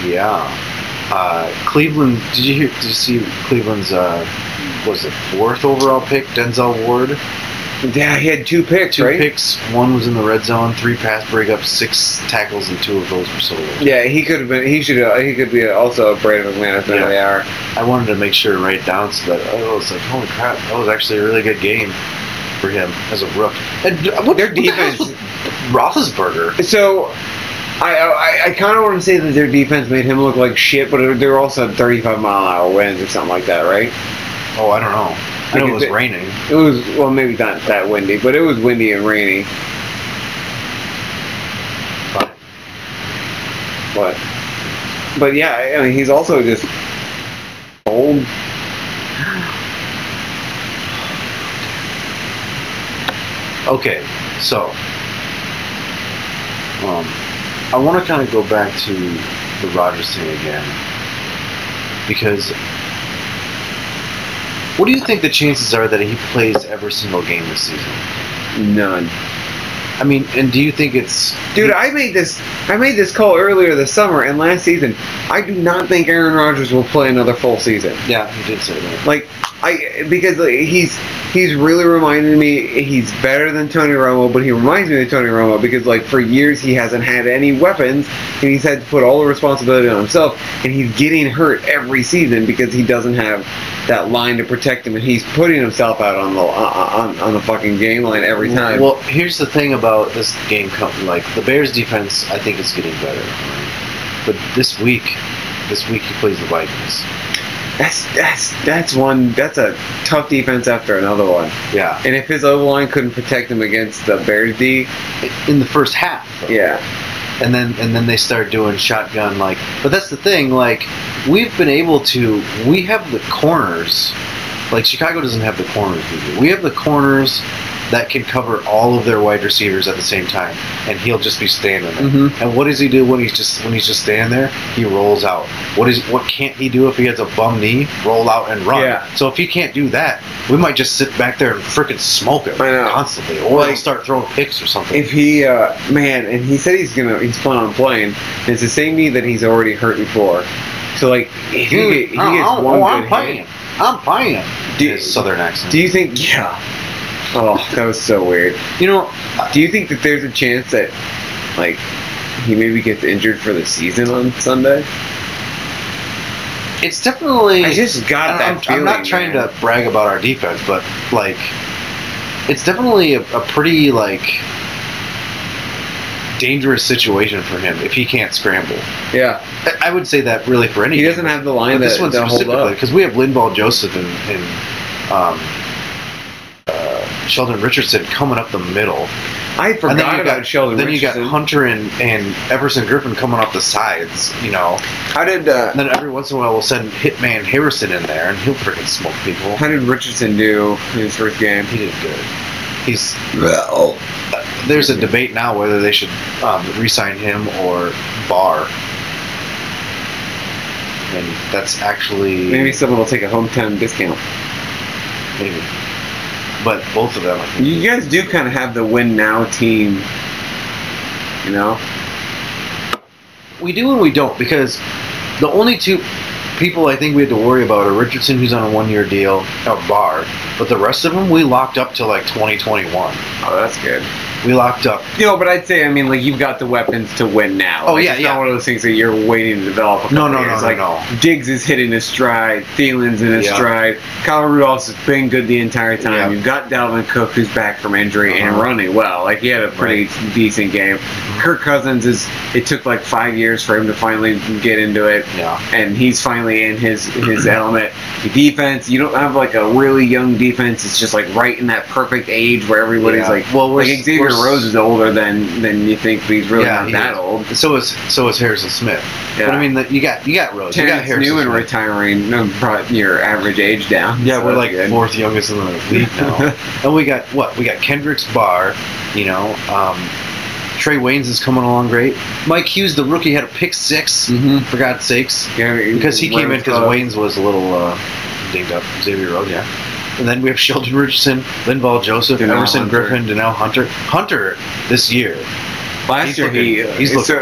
yeah. Uh, Cleveland. Did you hear? Did you see Cleveland's? Uh, what was it fourth overall pick? Denzel Ward.
yeah, he had two picks,
Two
right?
picks. One was in the red zone. Three pass breakups. Six tackles, and two of those were solo.
Yeah, he could have been. He should. Uh, he could be also a brand of Atlanta if
Yeah.
they are.
I wanted to make sure and write it down so that oh, I was like, holy crap, that was actually a really good game for him as a rook. And uh, what
Their
what the hell's
defense-
with Roethlisberger.
So, I uh, I, I kind of want to say that their defense made him look like shit, but they're also 35 mile an hour winds or something like that, right?
Oh, I don't know. I know it
Because
was
it-
raining.
It was well, maybe not that windy, but it was windy and rainy.
But
But but yeah, I mean he's also just old.
Okay, so um, I want to kind of go back to the Rogers thing again because what do you think the chances are that he plays every single game this season?
None,
I mean, and do you think it's
dude. I made this I made this call earlier this summer and last season. I do not think Aaron Rodgers will play another full season.
Yeah, he did say that.
Like I because like, he's he's really reminded me he's better than Tony Romo, but he reminds me of Tony Romo because like for years he hasn't had any weapons and he's had to put all the responsibility on himself and he's getting hurt every season because he doesn't have that line to protect him and he's putting himself out on the uh, on, on the fucking game line every time.
Well, here's the thing about this game company. Like the Bears' defense, I think it's getting better. But this week, this week he plays the Vikings.
that's that's that's one that's a tough defense after another one.
Yeah,
And if his O line couldn't protect him against the Bears D,
in the first half. though.
yeah.
and then and then they start doing shotgun like but that's the thing like we've been able to we have the corners like chicago doesn't have the corners we do we have the corners that can cover all of their wide receivers at the same time and he'll just be standing there
Mhm.
and what does he do when he's just when he's just standing there he rolls out what is what can't he do if he has a bum knee roll out and run
Yeah.
so if he can't do that we might just sit back there and freaking smoke him
I know.
constantly or
Like-
he'll start throwing picks or something
If he, uh, man, and he said he's gonna, he's planning on playing. And it's the same knee that he's already hurt before. So like, if he,
Dude,
he
I don't-
gets
I don't
one
know, Oh,
good
I'm playing.
hit-
I'm playing.
Do-
His southern accent.
Do you think? Yeah. Oh, that was so weird.
you know?
Do you think that there's a chance that, like, he maybe gets injured for the season on Sunday?
It's definitely.
I just got
I'm-
that
I'm,
feeling.
I'm not trying
man.
to brag about our defense, but like, it's definitely a, a pretty like dangerous situation for him if he can't scramble.
Yeah,
I- I would say that really for any.
he doesn't have the line
But
that
this one
to hold
specifically
up.
because we have Linval Joseph and, and um, uh, Sheldon Richardson coming up the middle.
I
And then
forgot
you
about
got,
Sheldon
Then
Richardson.
you got Hunter and, and Everson Griffin coming off the sides, you know.
How did uh,
And then every once in a while we'll send Hitman Harrison in there and he'll freaking smoke people.
how did Richardson do in his first game?
He did good. He's uh, there's a debate now whether they should um, re-sign him or Barr. And that's actually
Maybe someone will take a hometown discount.
maybe. But both of them, I think.
You guys do kind of have the win now team, you know?
We do and we don't because the only two people I think we had to worry about are Richardson, who's on a one-year deal, or Bard, but the rest of them we locked up to like 2021.
Oh, that's good.
We locked up.
You know, but I'd say, I mean, like you've got the weapons to win now.
Oh,
Like,
yeah,
it's
yeah.
Not one of those things that you're waiting to develop. a couple
No, no,
years.
no, no,
like,
no.
Diggs is hitting his stride. Thielen's in his
Yeah.
stride. Kyle Rudolph's has been good the entire time.
Yeah.
You've got Dalvin Cook who's back from injury and
Uh-huh.
running well. Like he had a pretty decent game. Kirk Cousins is. It took like five years for him to finally get into it
Yeah.
and he's finally in his his element. The defense, you don't have like a really young defense. It's just like right in that perfect age where everybody's
Yeah.
like,
Well, we're-
like Xavier
we're-
Rose is older than than you think. But he's really
Yeah,
not
he
that
is.
old.
So is so is Harrison Smith.
Yeah.
But I mean, the, you got you got Rose. you got
Terrence
Harrison.
new and
Smith.
retiring no, brought your average age down.
Yeah,
So
we're
that's
like
good.
fourth youngest in the league now. and we got what? We got Kendrick's bar, you know. Um, Trey Waynes is coming along great. Mike Hughes, the rookie, had a pick 6
Mhm.
for God's sakes,
Yeah,
because he came in because
uh,
Waynes was a little uh, dinged up. Xavier Rhodes, yeah. And then we have Sheldon Richardson, Linval Joseph,
Denell
Emerson
Hunter.
Griffin, Denell Hunter. Hunter this year,
Last
he's
year he
looking-
uh,
he's
so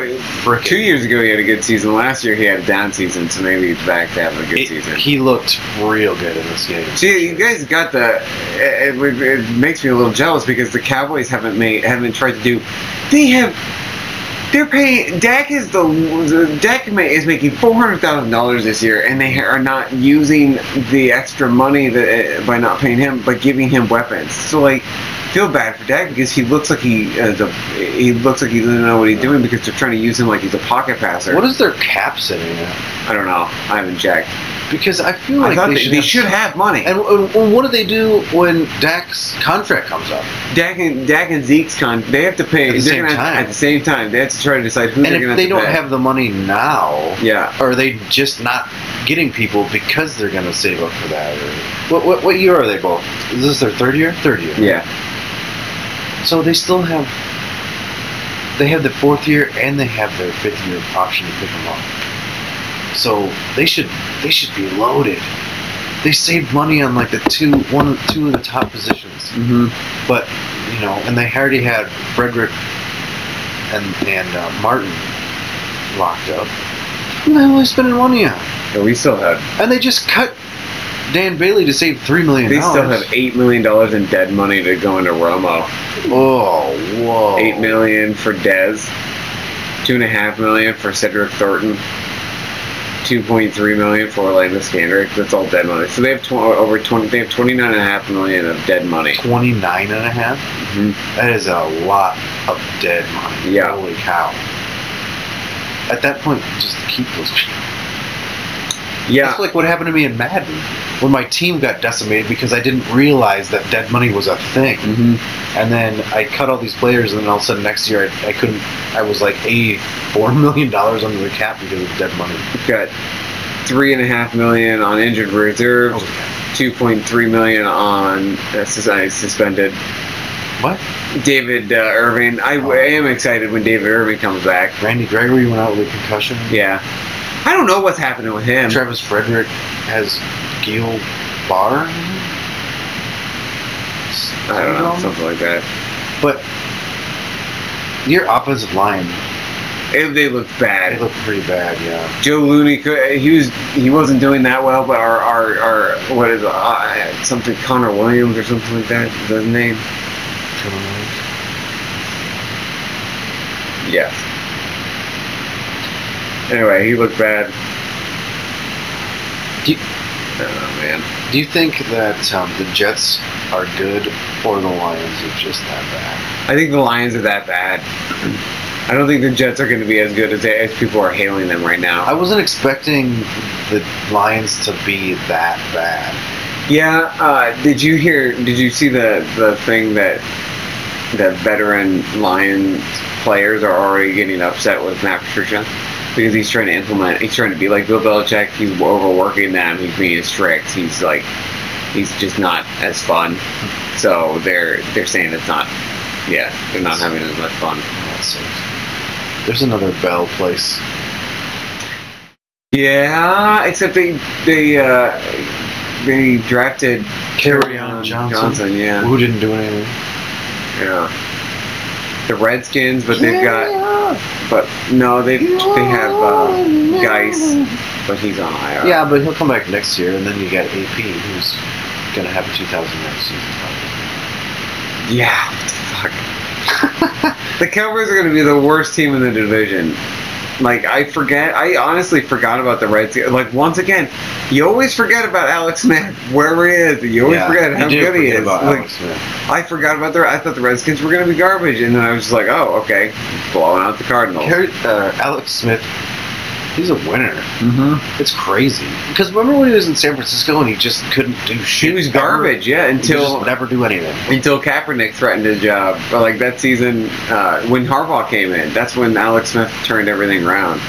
frickin'
two years ago he had a good season. Last year he had a down season, so maybe he's back to having a good
it-
season.
he looked real good in this game.
See, you guys got the. It, it, it makes me a little jealous because the Cowboys haven't made, haven't tried to do. They have. They're paying. Dak is the. the Dak ma- is making four hundred thousand dollars this year, and they are not using the extra money that eh, by not paying him, but giving him weapons. So like, feel bad for Dak because he looks like he uh, the, he looks like he doesn't know what he's doing because they're trying to use him like he's a pocket passer.
What is their cap sitting at?
I don't know. I haven't checked.
Because I feel
I
like
thought
they,
they, they should have money.
And, and- and what do they do when Dak's contract comes up?
Dak and Dak and Zeke's con they have to pay
At the
they're
same
gonna have to-
time.
at the same time they have to try to decide who
and
they're
if
gonna
they
have
don't
to pay.
have the money now,
yeah
are they just not getting people because they're going to save up for that? Or, what, what, what year are they both? Is this their third year? Third year.
yeah
So they still have. They have the fourth year and they have their fifth year option to pick them up. So they should they should be loaded. They saved money on like the two one two of the top positions.
hmm
But you know, and they already had Frederick and and uh, Martin locked up. Who the hell are they spending money on?
but we still have
And they just cut Dan Bailey to save three million.
they still have eight million dollars in dead money to go into Romo
Oh, whoa!
eight million for Dez two and a half million for Cedric Thornton two point three million for Orlando Scandrick that's all dead money so they have tw- over twenty they have twenty nine and a half million of dead money
Twenty-nine and a half.
Mhm.
That is a lot of dead money.
Yeah.
Holy cow! At that point, just keep those.
yeah
That's like what happened to me in Madden when my team got decimated because I didn't realize that dead money was a thing.
hmm
and then I cut all these players, and then all of a sudden next year I, I couldn't. I was like eighty-four million dollars under the cap because of dead money.
we've got three and a half million on injured
Oh,
reserve 2.3 million on uh, sus- uh, suspended
What?
David uh, Irving. I, w- I am excited when David Irving comes back.
Randy Gregory went out with a concussion.
Yeah, I don't know what's happening with him.
Travis Frederick has Gil Bar.
I don't know, something like that.
But your offensive line
It, they look
it
bad.
looked pretty bad. Yeah.
Joe Looney, could, he was he wasn't doing that well, but our our, our what is it, uh, something Connor Williams or something like that is his name. Yes. Anyway, he looked bad.
Do you-
oh man.
Do you think that um, the Jets are good or the Lions are just that bad?
I think the Lions are that bad. I don't think the Jets are going to be as good as, they, as people are hailing them right now.
I wasn't expecting the Lions to be that bad.
yeah, uh, did you hear? Did you see the the thing that the veteran Lions players are already getting upset with Matt Patricia because he's trying to implement. He's trying to be like Bill Belichick. He's overworking them. He's being strict. He's like he's just not as fun. So they're they're saying it's not. Yeah, they're not having as much fun.
That sucks. There's another Bell place.
Yeah, except they they uh, they drafted
Carry
Kerryon
on
Johnson.
Johnson.
Yeah,
Who didn't do anything?
yeah. The Redskins, but they've got But no, they they have uh, Geis, but he's on IR.
Yeah, but he'll come back next year, and then you got AP, who's gonna have a 2,000 yard season. probably.
Yeah. Fuck. the Cowboys are going to be the worst team in the division. Like I forget, I honestly forgot about the Reds. Like once again, you always forget about Alex Smith, wherever he is. You always
Yeah,
forget how
you do
good he
forget
is.
about
Like,
Alex Smith.
I forgot about the. I thought the Redskins were going to be garbage, and then I was just like, oh, okay, blowing out the Cardinals.
Garrett- uh, Alex Smith, he's a winner.
Mm-hmm.
It's crazy. Because remember when he was in San Francisco and he just couldn't do shit.
He was
Never-
garbage, yeah,
he could
until
just never do anything.
until Kaepernick threatened his job. But, Like that season, uh, when Harbaugh came in, that's when Alex Smith turned everything around, and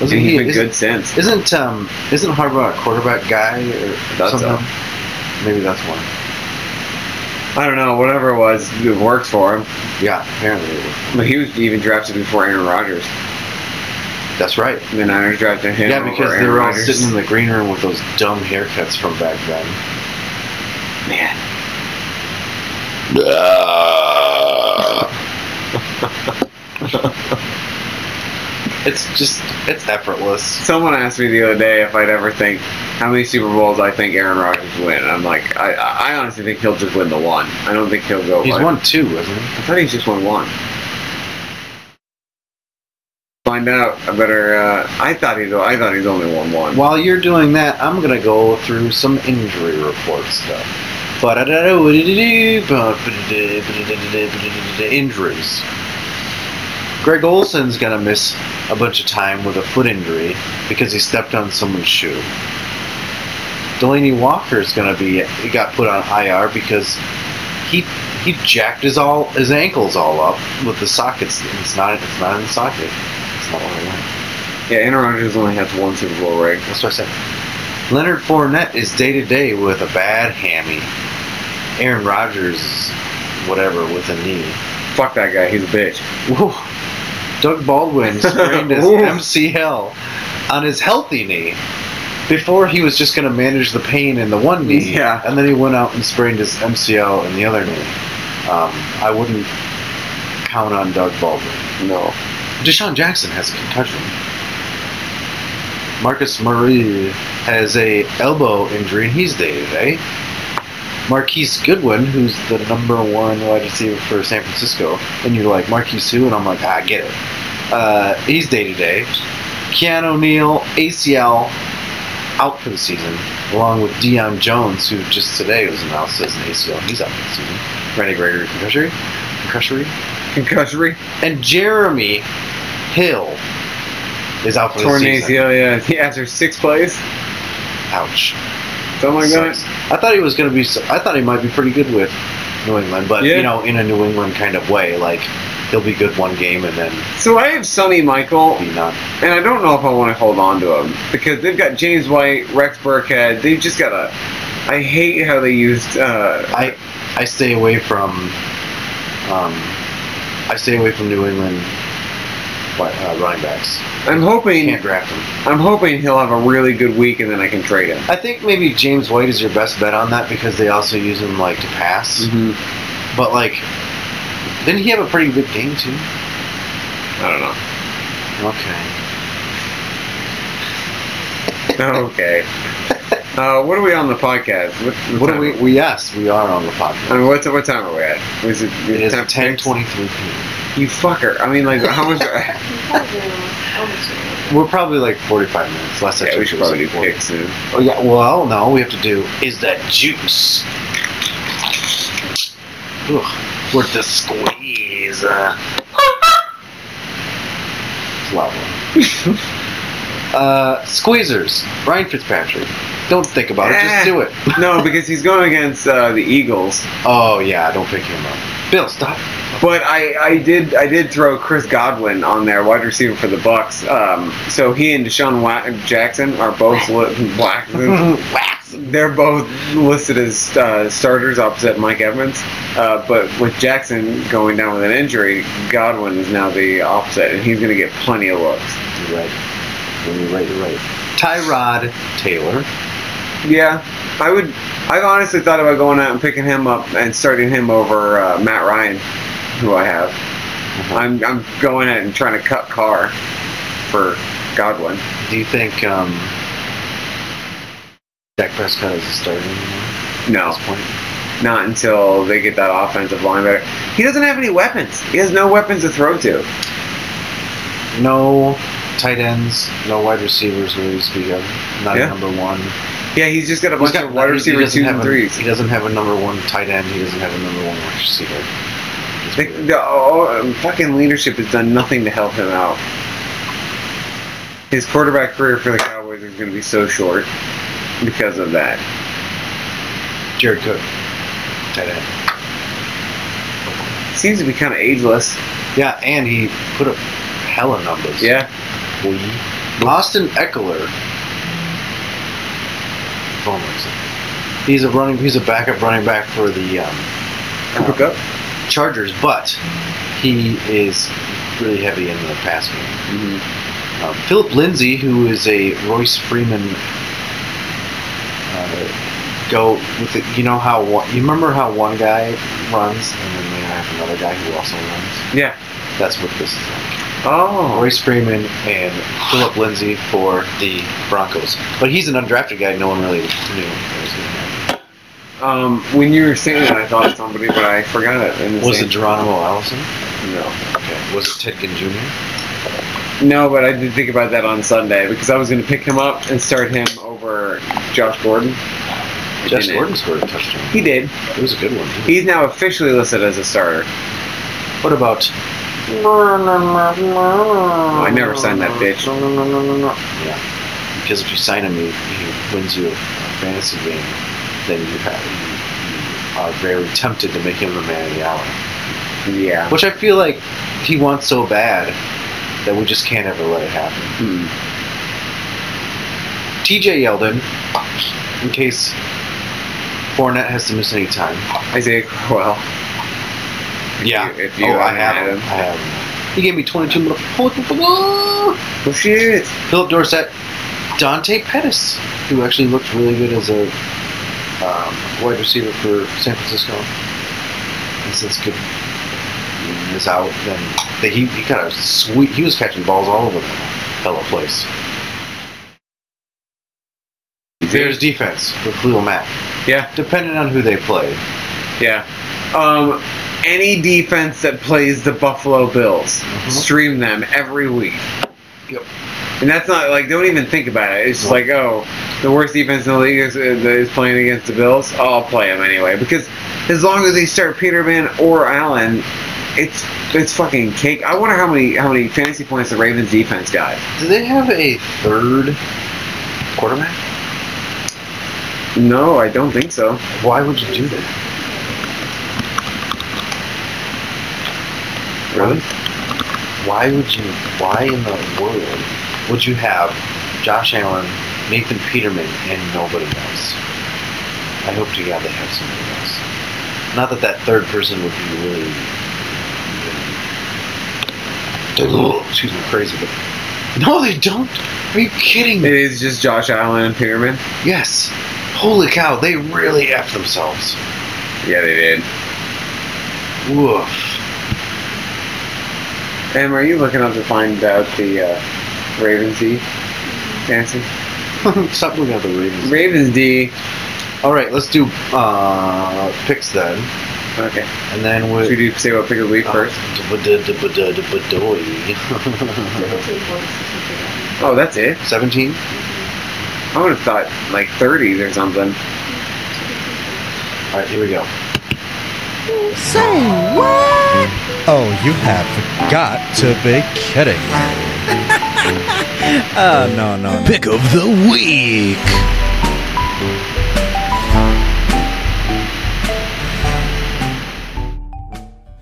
Wasn't
he's
he?
been
Isn't,
good since.
isn't um isn't Harbaugh a quarterback guy or
That's
something?
all.
Maybe that's one.
I don't know, whatever it was, it worked for him.
Yeah, apparently it was.
But he was even drafted before Aaron Rodgers.
That's right.
The Niners drafted him.
Yeah,
over
because they
Aaron
were all
Rodgers.
sitting in the green room with those dumb haircuts from back then.
Man,
It's just it's effortless.
someone asked me the other day if I'd ever think how many Super Bowls I think Aaron Rodgers will win. And I'm like, I, I I honestly think he'll just win the one. I don't think he'll go.
He's
like-
won two, isn't he?
I thought he's just won one. Find out. I better. Uh, I thought he's. I thought he's only won one.
While you're doing that, I'm gonna go through some injury report stuff. Injuries. Greg Olson's gonna miss a bunch of time with a foot injury because he stepped on someone's shoe. Delaney Walker's gonna be he got put on IR because he he jacked his all his ankles all up with the sockets. It's not it's not in the socket. It's not what I want.
Yeah, Aaron Rodgers only has one Super Bowl ring.
That's what I said. Leonard Fournette is day to day with a bad hammy. Aaron Rodgers is whatever with a knee.
Fuck that guy. He's a bitch.
Woo. Doug Baldwin sprained his
Ooh.
MCL on his healthy knee. Before he was just going to manage the pain in the one knee,
Yeah.
and then he went out and sprained his MCL in the other knee. Um, I wouldn't count on Doug Baldwin.
No.
Deshaun Jackson has a concussion. Marcus Murray has a elbow injury and he's day to day. Marquise Goodwin, who's the number one wide receiver for San Francisco, and you're like Marquise who, and I'm like, ah, I get it. Uh, he's day to day. Keanu Neal ACL out for the season, along with Deion Jones, who just today was announced as an ACL. He's out for the season. Randy Gregory concussion, concussion
Concussion.
and Jeremy Hill is out for the
Torn
season.
ACL. Yeah. He- After six plays.
Ouch!
Oh my god.
Sucks. I thought he was going to be. s- I thought he might be pretty good with New England, but
Yeah.
you know, in a New England kind of way, like he'll be good one game and then
So I have Sonny Michael,
be not.
and I don't know if I want to hold on to him because they've got James White, Rex Burkhead. They've just got a. I hate how they used. Uh,
I I stay away from. Um, I stay away from New England wi- uh, running backs.
I'm hoping.
Can't draft them.
I'm hoping he'll have a really good week, and then I can trade him.
I think maybe James White is your best bet on that because they also use him like to pass.
Mm-hmm.
But like, didn't he have a pretty good game too?
I don't know.
Okay.
okay. Uh, what are we on the podcast? What,
What
time
are we?
are
We yes, we are on the
I
podcast.
mean, what, what time are we at? Is it,
It is
time for
ten
picks?
twenty-three p.m.
You fucker. I mean, like, how much? yeah,
Probably almost an hour.
We're probably like forty-five minutes. Less than
we should probably do picks soon.
Oh yeah. Well, no, we have to do is that juice. Ugh, worth the squeeze. Uh, it's a lot more. Uh, squeezers. Ryan Fitzpatrick. Don't think about it.
Eh.
Just do it.
no, because he's going against uh, the Eagles.
Oh yeah, don't pick him up. Bill, stop.
But I, I did I did throw Chris Godwin on there, wide receiver for the Bucks. Um, so he and Deshaun Wa- Jackson are both li- black. They're both listed as uh, starters opposite Mike Evans. Uh, but with Jackson going down with an injury, Godwin is now the opposite, and he's going to get plenty of looks.
You're right. You're right. You're right. Tyrod Taylor.
Yeah, I would. I've honestly thought about going out and picking him up and starting him over uh, Matt Ryan, who I have.
Uh-huh.
I'm, I'm going in and trying to cut car for Godwin.
Do you think um, Dak Prescott is a starter anymore at
No,
this point?
not until they get that offensive line better. He doesn't have any weapons. He has no weapons to throw to.
No tight ends, no wide receivers really speak of. Not
Yeah.
a number one.
Yeah, he's just got a bunch
He's got-
of wide
he- he
receiver
doesn't
twos
have
and
a-
threes.
He doesn't have a number one tight end. He doesn't have a number one wide receiver. It's
The,
weird.
the all, um, fucking leadership has done nothing to help him out. His quarterback career for the Cowboys is going to be so short because of that.
Jared Cook, tight end.
Seems to be kind of ageless.
Yeah, and he put up hella numbers.
Yeah.
Boy. Austin Eckler. Former example. He's a running. He's a backup running back for the um,
Pick up.
Chargers, but he is really heavy in the pass game. Uh, Philip Lindsay, who is a Royce Freeman uh, go with the, you know how one, you remember how one guy runs and then they have another guy who also runs.
Yeah.
That's what this is like.
Oh.
Royce Freeman and Philip Lindsay for the Broncos. But he's an undrafted guy no one really knew that was gonna happen.
Um, when you were saying that, I thought of somebody, but I forgot it. in the
Was
same-
it Geronimo Allison?
No.
Okay. Was it Tedkin Jr.?
No, but I did think about that on Sunday because I was going to pick him up and start him over Josh Gordon. I
Josh
didn't.
Gordon scored a touchdown.
He did.
It was a good one. too.
He's now officially listed as a starter.
What about?
I
I
never signed that bitch.
Oh. Yeah, because if you sign him, he, he wins you a fantasy game. Then you have you are very tempted to make him the man of the hour,
Yeah.
which I feel like he wants so bad that we just can't ever let it happen.
Hmm.
T.J. Yeldon, in case Fournette has to miss any time.
Isaiah Crowell.
Yeah.
you- if you
oh, I
haven't had
have him.
him.
I have him. He gave me 22 minutes. Philip
Well, shit.
Dorsett, Dante Pettis, who actually looked really good as a um, wide receiver for San Francisco. And since good is out, then they, he, he kind of sweet. He was catching balls all over the fellow place. Bears defense with Khalil Mack.
Yeah.
Depending on who they play,
Yeah. Um, any defense that plays the Buffalo Bills,
Mhm.
stream them every week.
Yep.
And that's not like don't even think about it. It's just
Nope.
like oh, the worst defense in the league is, is playing against the Bills. Oh, I'll play them anyway because as long as they start Peterman or Allen, it's it's fucking cake. I wonder how many how many fantasy points the Ravens defense got.
do they have a third quarterback?
No, I don't think so.
Why would you do that?
Really?
Why would you? Why in the world would you have Josh Allen, Nathan Peterman, and nobody else? I hope to God they have somebody else. Not that that third person would be really, really excuse me, crazy, but no, they don't. Are you kidding
It
me?
is just Josh Allen and Peterman.
Yes. Holy cow, they really f themselves.
Yeah, they did.
Woof.
Em, are you looking up to find out the uh, Ravens D fancy?
Stop looking at the Ravens.
Ravens D.
All right, let's do uh, picks then,
Okay.
and then uh,
Should we
with
do say what pick of the week
Uh-huh.
first? Oh, that's it.
Seventeen.
I would have thought like 30s or something.
All right, here we go.
Say what?
Oh, you have got to be kidding.
Oh, no, no. no.
Pick of the week.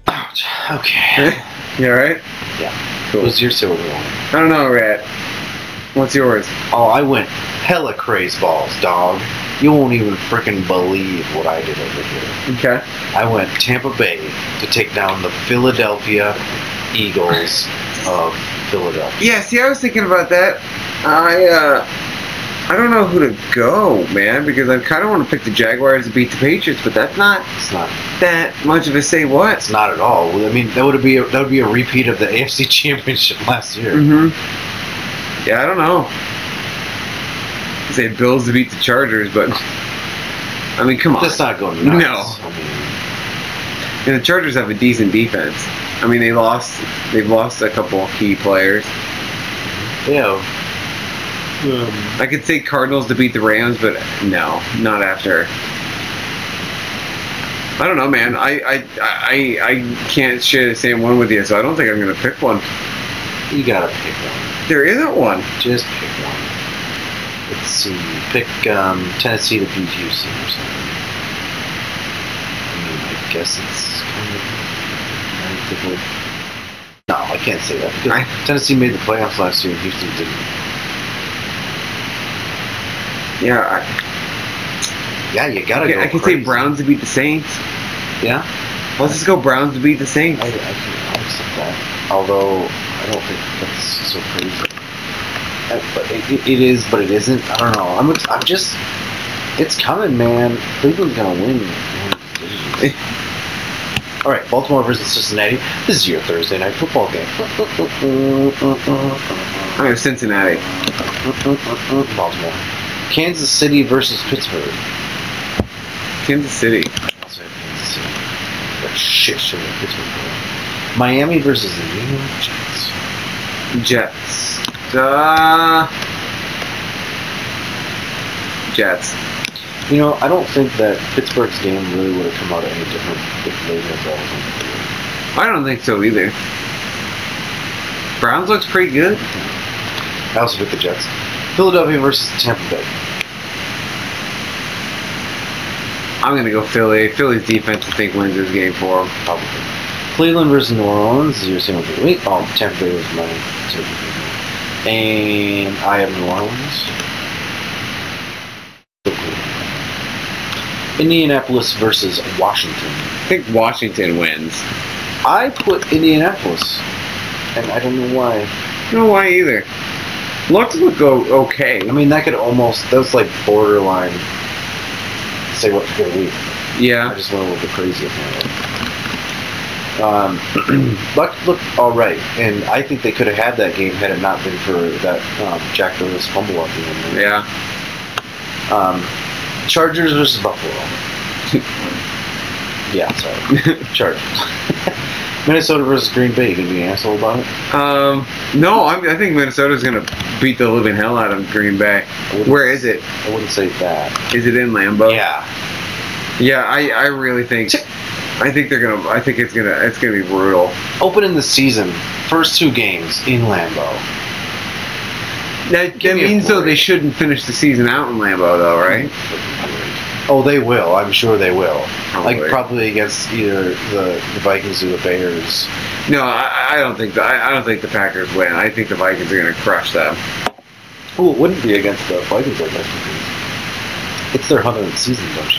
Ouch. Okay.
you alright?
What was your silver one?
I don't know, Rat. What's yours?
Oh, I went hella craze balls, dog. You won't even freaking believe what I did over here.
Okay.
I went Tampa Bay to take down the Philadelphia Eagles of Philadelphia.
Yeah, see, I was thinking about that. I, uh, I don't know who to go, man, because I kind of want to pick the Jaguars to beat the Patriots, but that's not
It's not.
that much of a say what.
It's not at all. I mean, that would be a, that would be a repeat of the AFC Championship last year.
hmm
Mm-hmm.
Yeah, I don't know. I say Bills to beat the Chargers, but I mean, come on.
That's not going.
No.
Nuts. I mean,
And the Chargers have a decent defense. I mean, they lost. They've lost a couple key players.
yeah. Um,
I could say Cardinals to beat the Rams, but no, not after. I don't know, man. I I I, I can't share the same one with you, so I don't think I'm gonna pick one.
you gotta pick one.
There isn't one.
Just pick one. Let's see. Pick um, Tennessee to beat Houston or something. I mean, I guess it's kind of. I don't think we're- no, I can't say that because
I-
Tennessee made the playoffs last year and Houston didn't.
Yeah, I,
Yeah, you gotta
yeah,
go.
I could
crazy.
say Browns to beat the Saints.
Yeah.
Let's just go Browns to beat the Saints.
I, I can I accept that. Although I don't think that's so crazy. Uh, But it, it- it is, but it isn't. I don't know. I'm, ex- I'm just. It's coming, man. Cleveland's gonna win. Man, this is- All right, Baltimore versus Cincinnati. This is your Thursday night football game.
I mean, Cincinnati.
Baltimore. Kansas City versus Pittsburgh.
Kansas City.
Also have Kansas City. That shit show that Pittsburgh. put on. Miami versus the New York Jets.
Jets. Uh, Jets.
You know, I don't think that Pittsburgh's game really would have come out any different if they had that.
I don't think so either. Browns looks pretty good.
I also picked the Jets. Philadelphia versus Tampa Bay.
I'm gonna go Philly. Philly's defense, I think, wins this game for them.
Probably. Cleveland versus New Orleans is your sandwich of the week. Oh, Tampa Bay was my sandwich of the week. And I have New Orleans. Indianapolis versus Washington.
I think Washington wins.
I put Indianapolis, and I don't know why.
I don't know why either. Looks look go okay.
I mean, that could almost, that was like borderline. Say what for the week. I
Yeah.
just went a little bit crazy with my life. Um, but look, all right, and I think they could have had that game had it not been for that um, Jack Douglas fumble at the end. there.
Yeah.
Um, Chargers versus Buffalo. yeah, sorry, Chargers. Minnesota versus Green Bay. You gonna be an asshole about it?
Um. No, I'm, I think Minnesota's gonna beat the living hell out of Green Bay.
I wouldn't-
Where is it?
I wouldn't say that.
Is it in Lambeau?
yeah,
Yeah. I, I really think. I think they're gonna. I think it's gonna. It's gonna be brutal.
opening the season, first two games in Lambeau.
That, that
Give me a
means though
break.
they shouldn't finish the season out in Lambeau though, right?
Oh, they will. I'm sure they will.
Probably.
Like probably against either the, the Vikings or the Bears.
No, I, I don't think. The, I, I don't think the Packers win. I think the Vikings are gonna crush them.
Well, it wouldn't be against the Vikings, I guess. Because it's their hundredth season, don't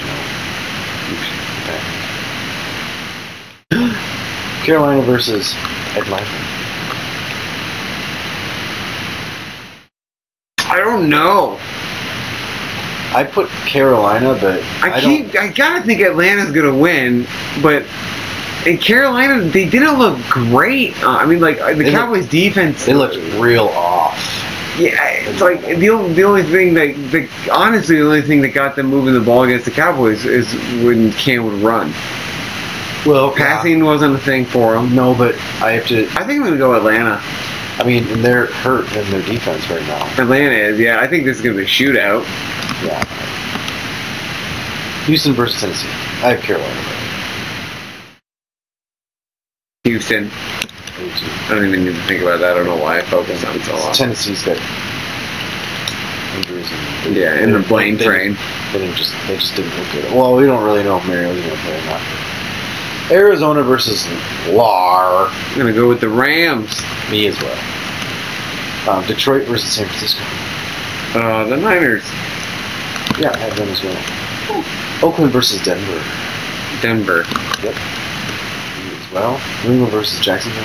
you know? Okay. Carolina versus Atlanta.
I don't know.
I put Carolina, but
I,
I, don't.
keep. I gotta think Atlanta's gonna win, but in Carolina they didn't look great. Uh, I mean, like uh, the
They look-
Cowboys' defense.
They looked real off.
Yeah, it's like the only, the only thing that the honestly the only thing that got them moving the ball against the Cowboys is when Cam would run.
Well,
Passing wasn't a thing for them.
No, but I have to.
I think I'm gonna go Atlanta.
I mean, and they're hurt in their defense right now.
Atlanta is. Yeah, I think this is gonna be a shootout.
Yeah. Houston versus Tennessee. I have Carolina.
Houston.
It's
I don't even need to think about that. I don't know why I focus on it so long.
Tennessee's got injuries and
Yeah, in the blame
They-
train.
They didn't just they just didn't look good. Well, we don't really know if Mario's gonna play or not. Arizona versus Lar.
I'm gonna go with the Rams.
Me as well. Um, Detroit versus San Francisco.
Uh, the Niners.
Yeah, I have them as well. Oh, Oakland versus Denver.
Denver.
Me as well. New England versus Jacksonville.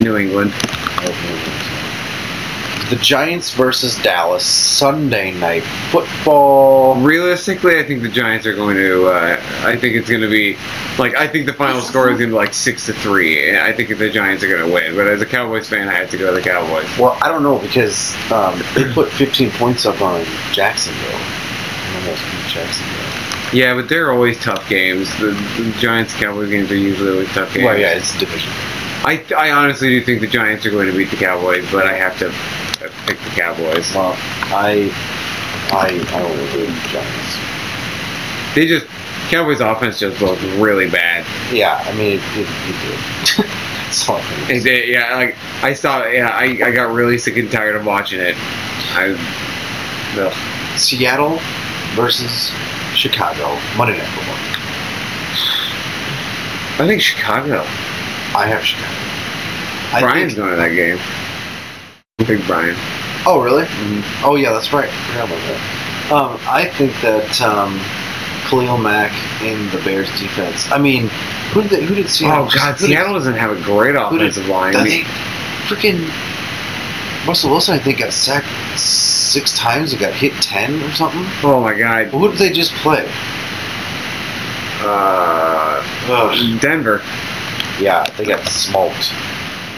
New England.
I have New England as well. the Giants versus Dallas Sunday night football.
Realistically, I think the Giants are going to. Uh, I think it's going to be like I think the final score is going to be like six to three, and I think the Giants are going to win. But as a Cowboys fan, I have to go to the Cowboys.
Well, I don't know because um, they put 15 points up on Jacksonville. And almost beat Jacksonville.
Yeah, but they're always tough games. The, the Giants Cowboys games are usually always tough games.
Well, yeah, it's division.
I, I honestly do think the Giants are going to beat the Cowboys, but I have to uh, pick the Cowboys.
Well, I, I, I don't believe the Giants.
They just Cowboys offense just looked really bad.
Yeah, I mean, it, it, it did. That's all I can
It, it- yeah, like I saw. Yeah, I, I got really sick and tired of watching it. I no.
Seattle versus Chicago Monday Night Football.
I think Chicago.
I have Chicago. I
Brian's
think-
going to that game. Big Brian.
oh, really? Oh, yeah, that's right. I forgot about that. Um, I think that um, Khalil Mack in the Bears defense. I mean, who did who did Seattle?
oh God,
who did-
Seattle doesn't have a great
who did-
offensive line.
They freaking Russell Wilson. I think got sacked six times and got hit ten or something.
oh my God.
Who did they just play?
Uh,
Ugh.
Denver.
Yeah, they got smoked,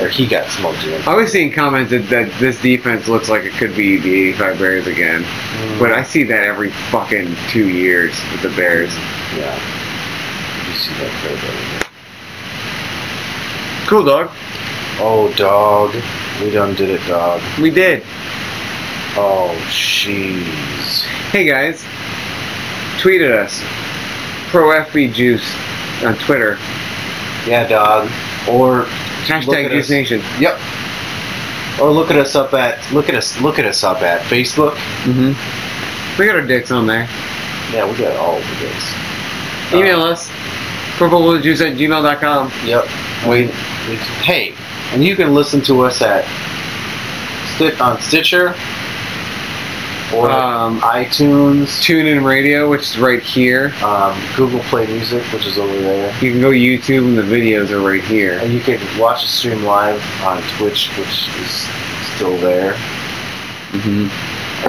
or he got smoked. you know.
I was seeing comments that, that this defense looks like it could be the 85 Bears again.
Mm.
But I see that every fucking two years with the Bears.
Yeah. You see that very, very
Cool, dog.
well. Oh, dog. We done did it, dog.
We did.
Oh, jeez.
Hey, guys. Tweet at us. ProFB Juice on Twitter.
Yeah, dog. Or Look
Hashtag
at
Juice
us.
Nation.
yep. Or look at us up at look at us look at us up at Facebook.
Mm-hmm. We got our dicks on there.
Yeah, we got all of this.
Email us. purplejuice at gmail.com.
Yep. We, we hey, and you can listen to us at Stitch on Stitcher or
Um,
iTunes,
Tune in radio, which is right here.
um, Google Play Music, which is over there.
You can go YouTube and the videos are right here.
And you can watch the stream live on Twitch, which is still there,
Mm-hmm.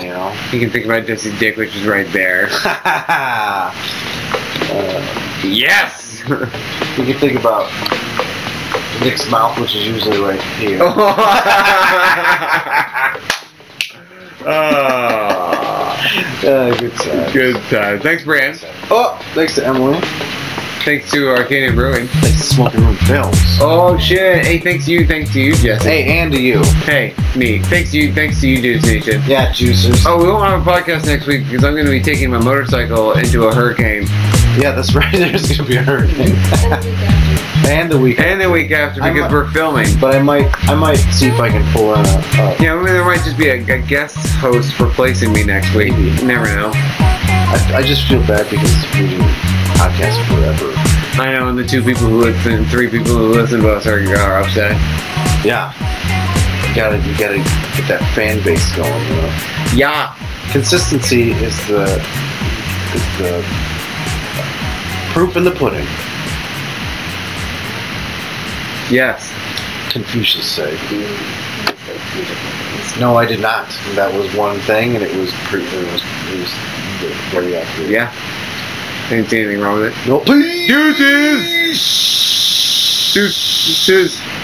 you know.
You can think about Jesse's dick, which is right there.
uh,
Yes!
you can think about Nick's mouth, which is usually right here.
oh,
Uh, good time.
good time. Thanks, Brand.
Oh, thanks to Emily.
Thanks to Arcadia Brewing.
Thanks to Smoking Room Films.
Oh, shit. Hey, thanks to you. Thanks to you, Jesse.
Hey, and to you.
Hey, me. Thanks to you. Thanks to you, Juice Nation.
Yeah, juicers.
Oh, we won't have a podcast next week because I'm going to be taking my motorcycle into a hurricane.
Yeah, that's right. There's gonna be a hurricane
Then we got you.
and the weekend.
And the week after
I'm
because
a-
we're filming.
But I might, I might see if I can pull in a. a
Yeah, I mean, there might just be a, a guest host replacing me next week. You never know.
I, I just feel bad because we do podcasts forever.
I know, and the two people who listen, three people who listen to us are, are upset.
Yeah. You gotta, you gotta get that fan base going. You know,
Yeah.
consistency is the is the proof in the pudding.
Yes.
Confucius said. No, I did not. That was one thing, and it was pre- it was it was very accurate.
Yeah. Didn't see anything wrong with it.
Nope.
Deuces! Deuces!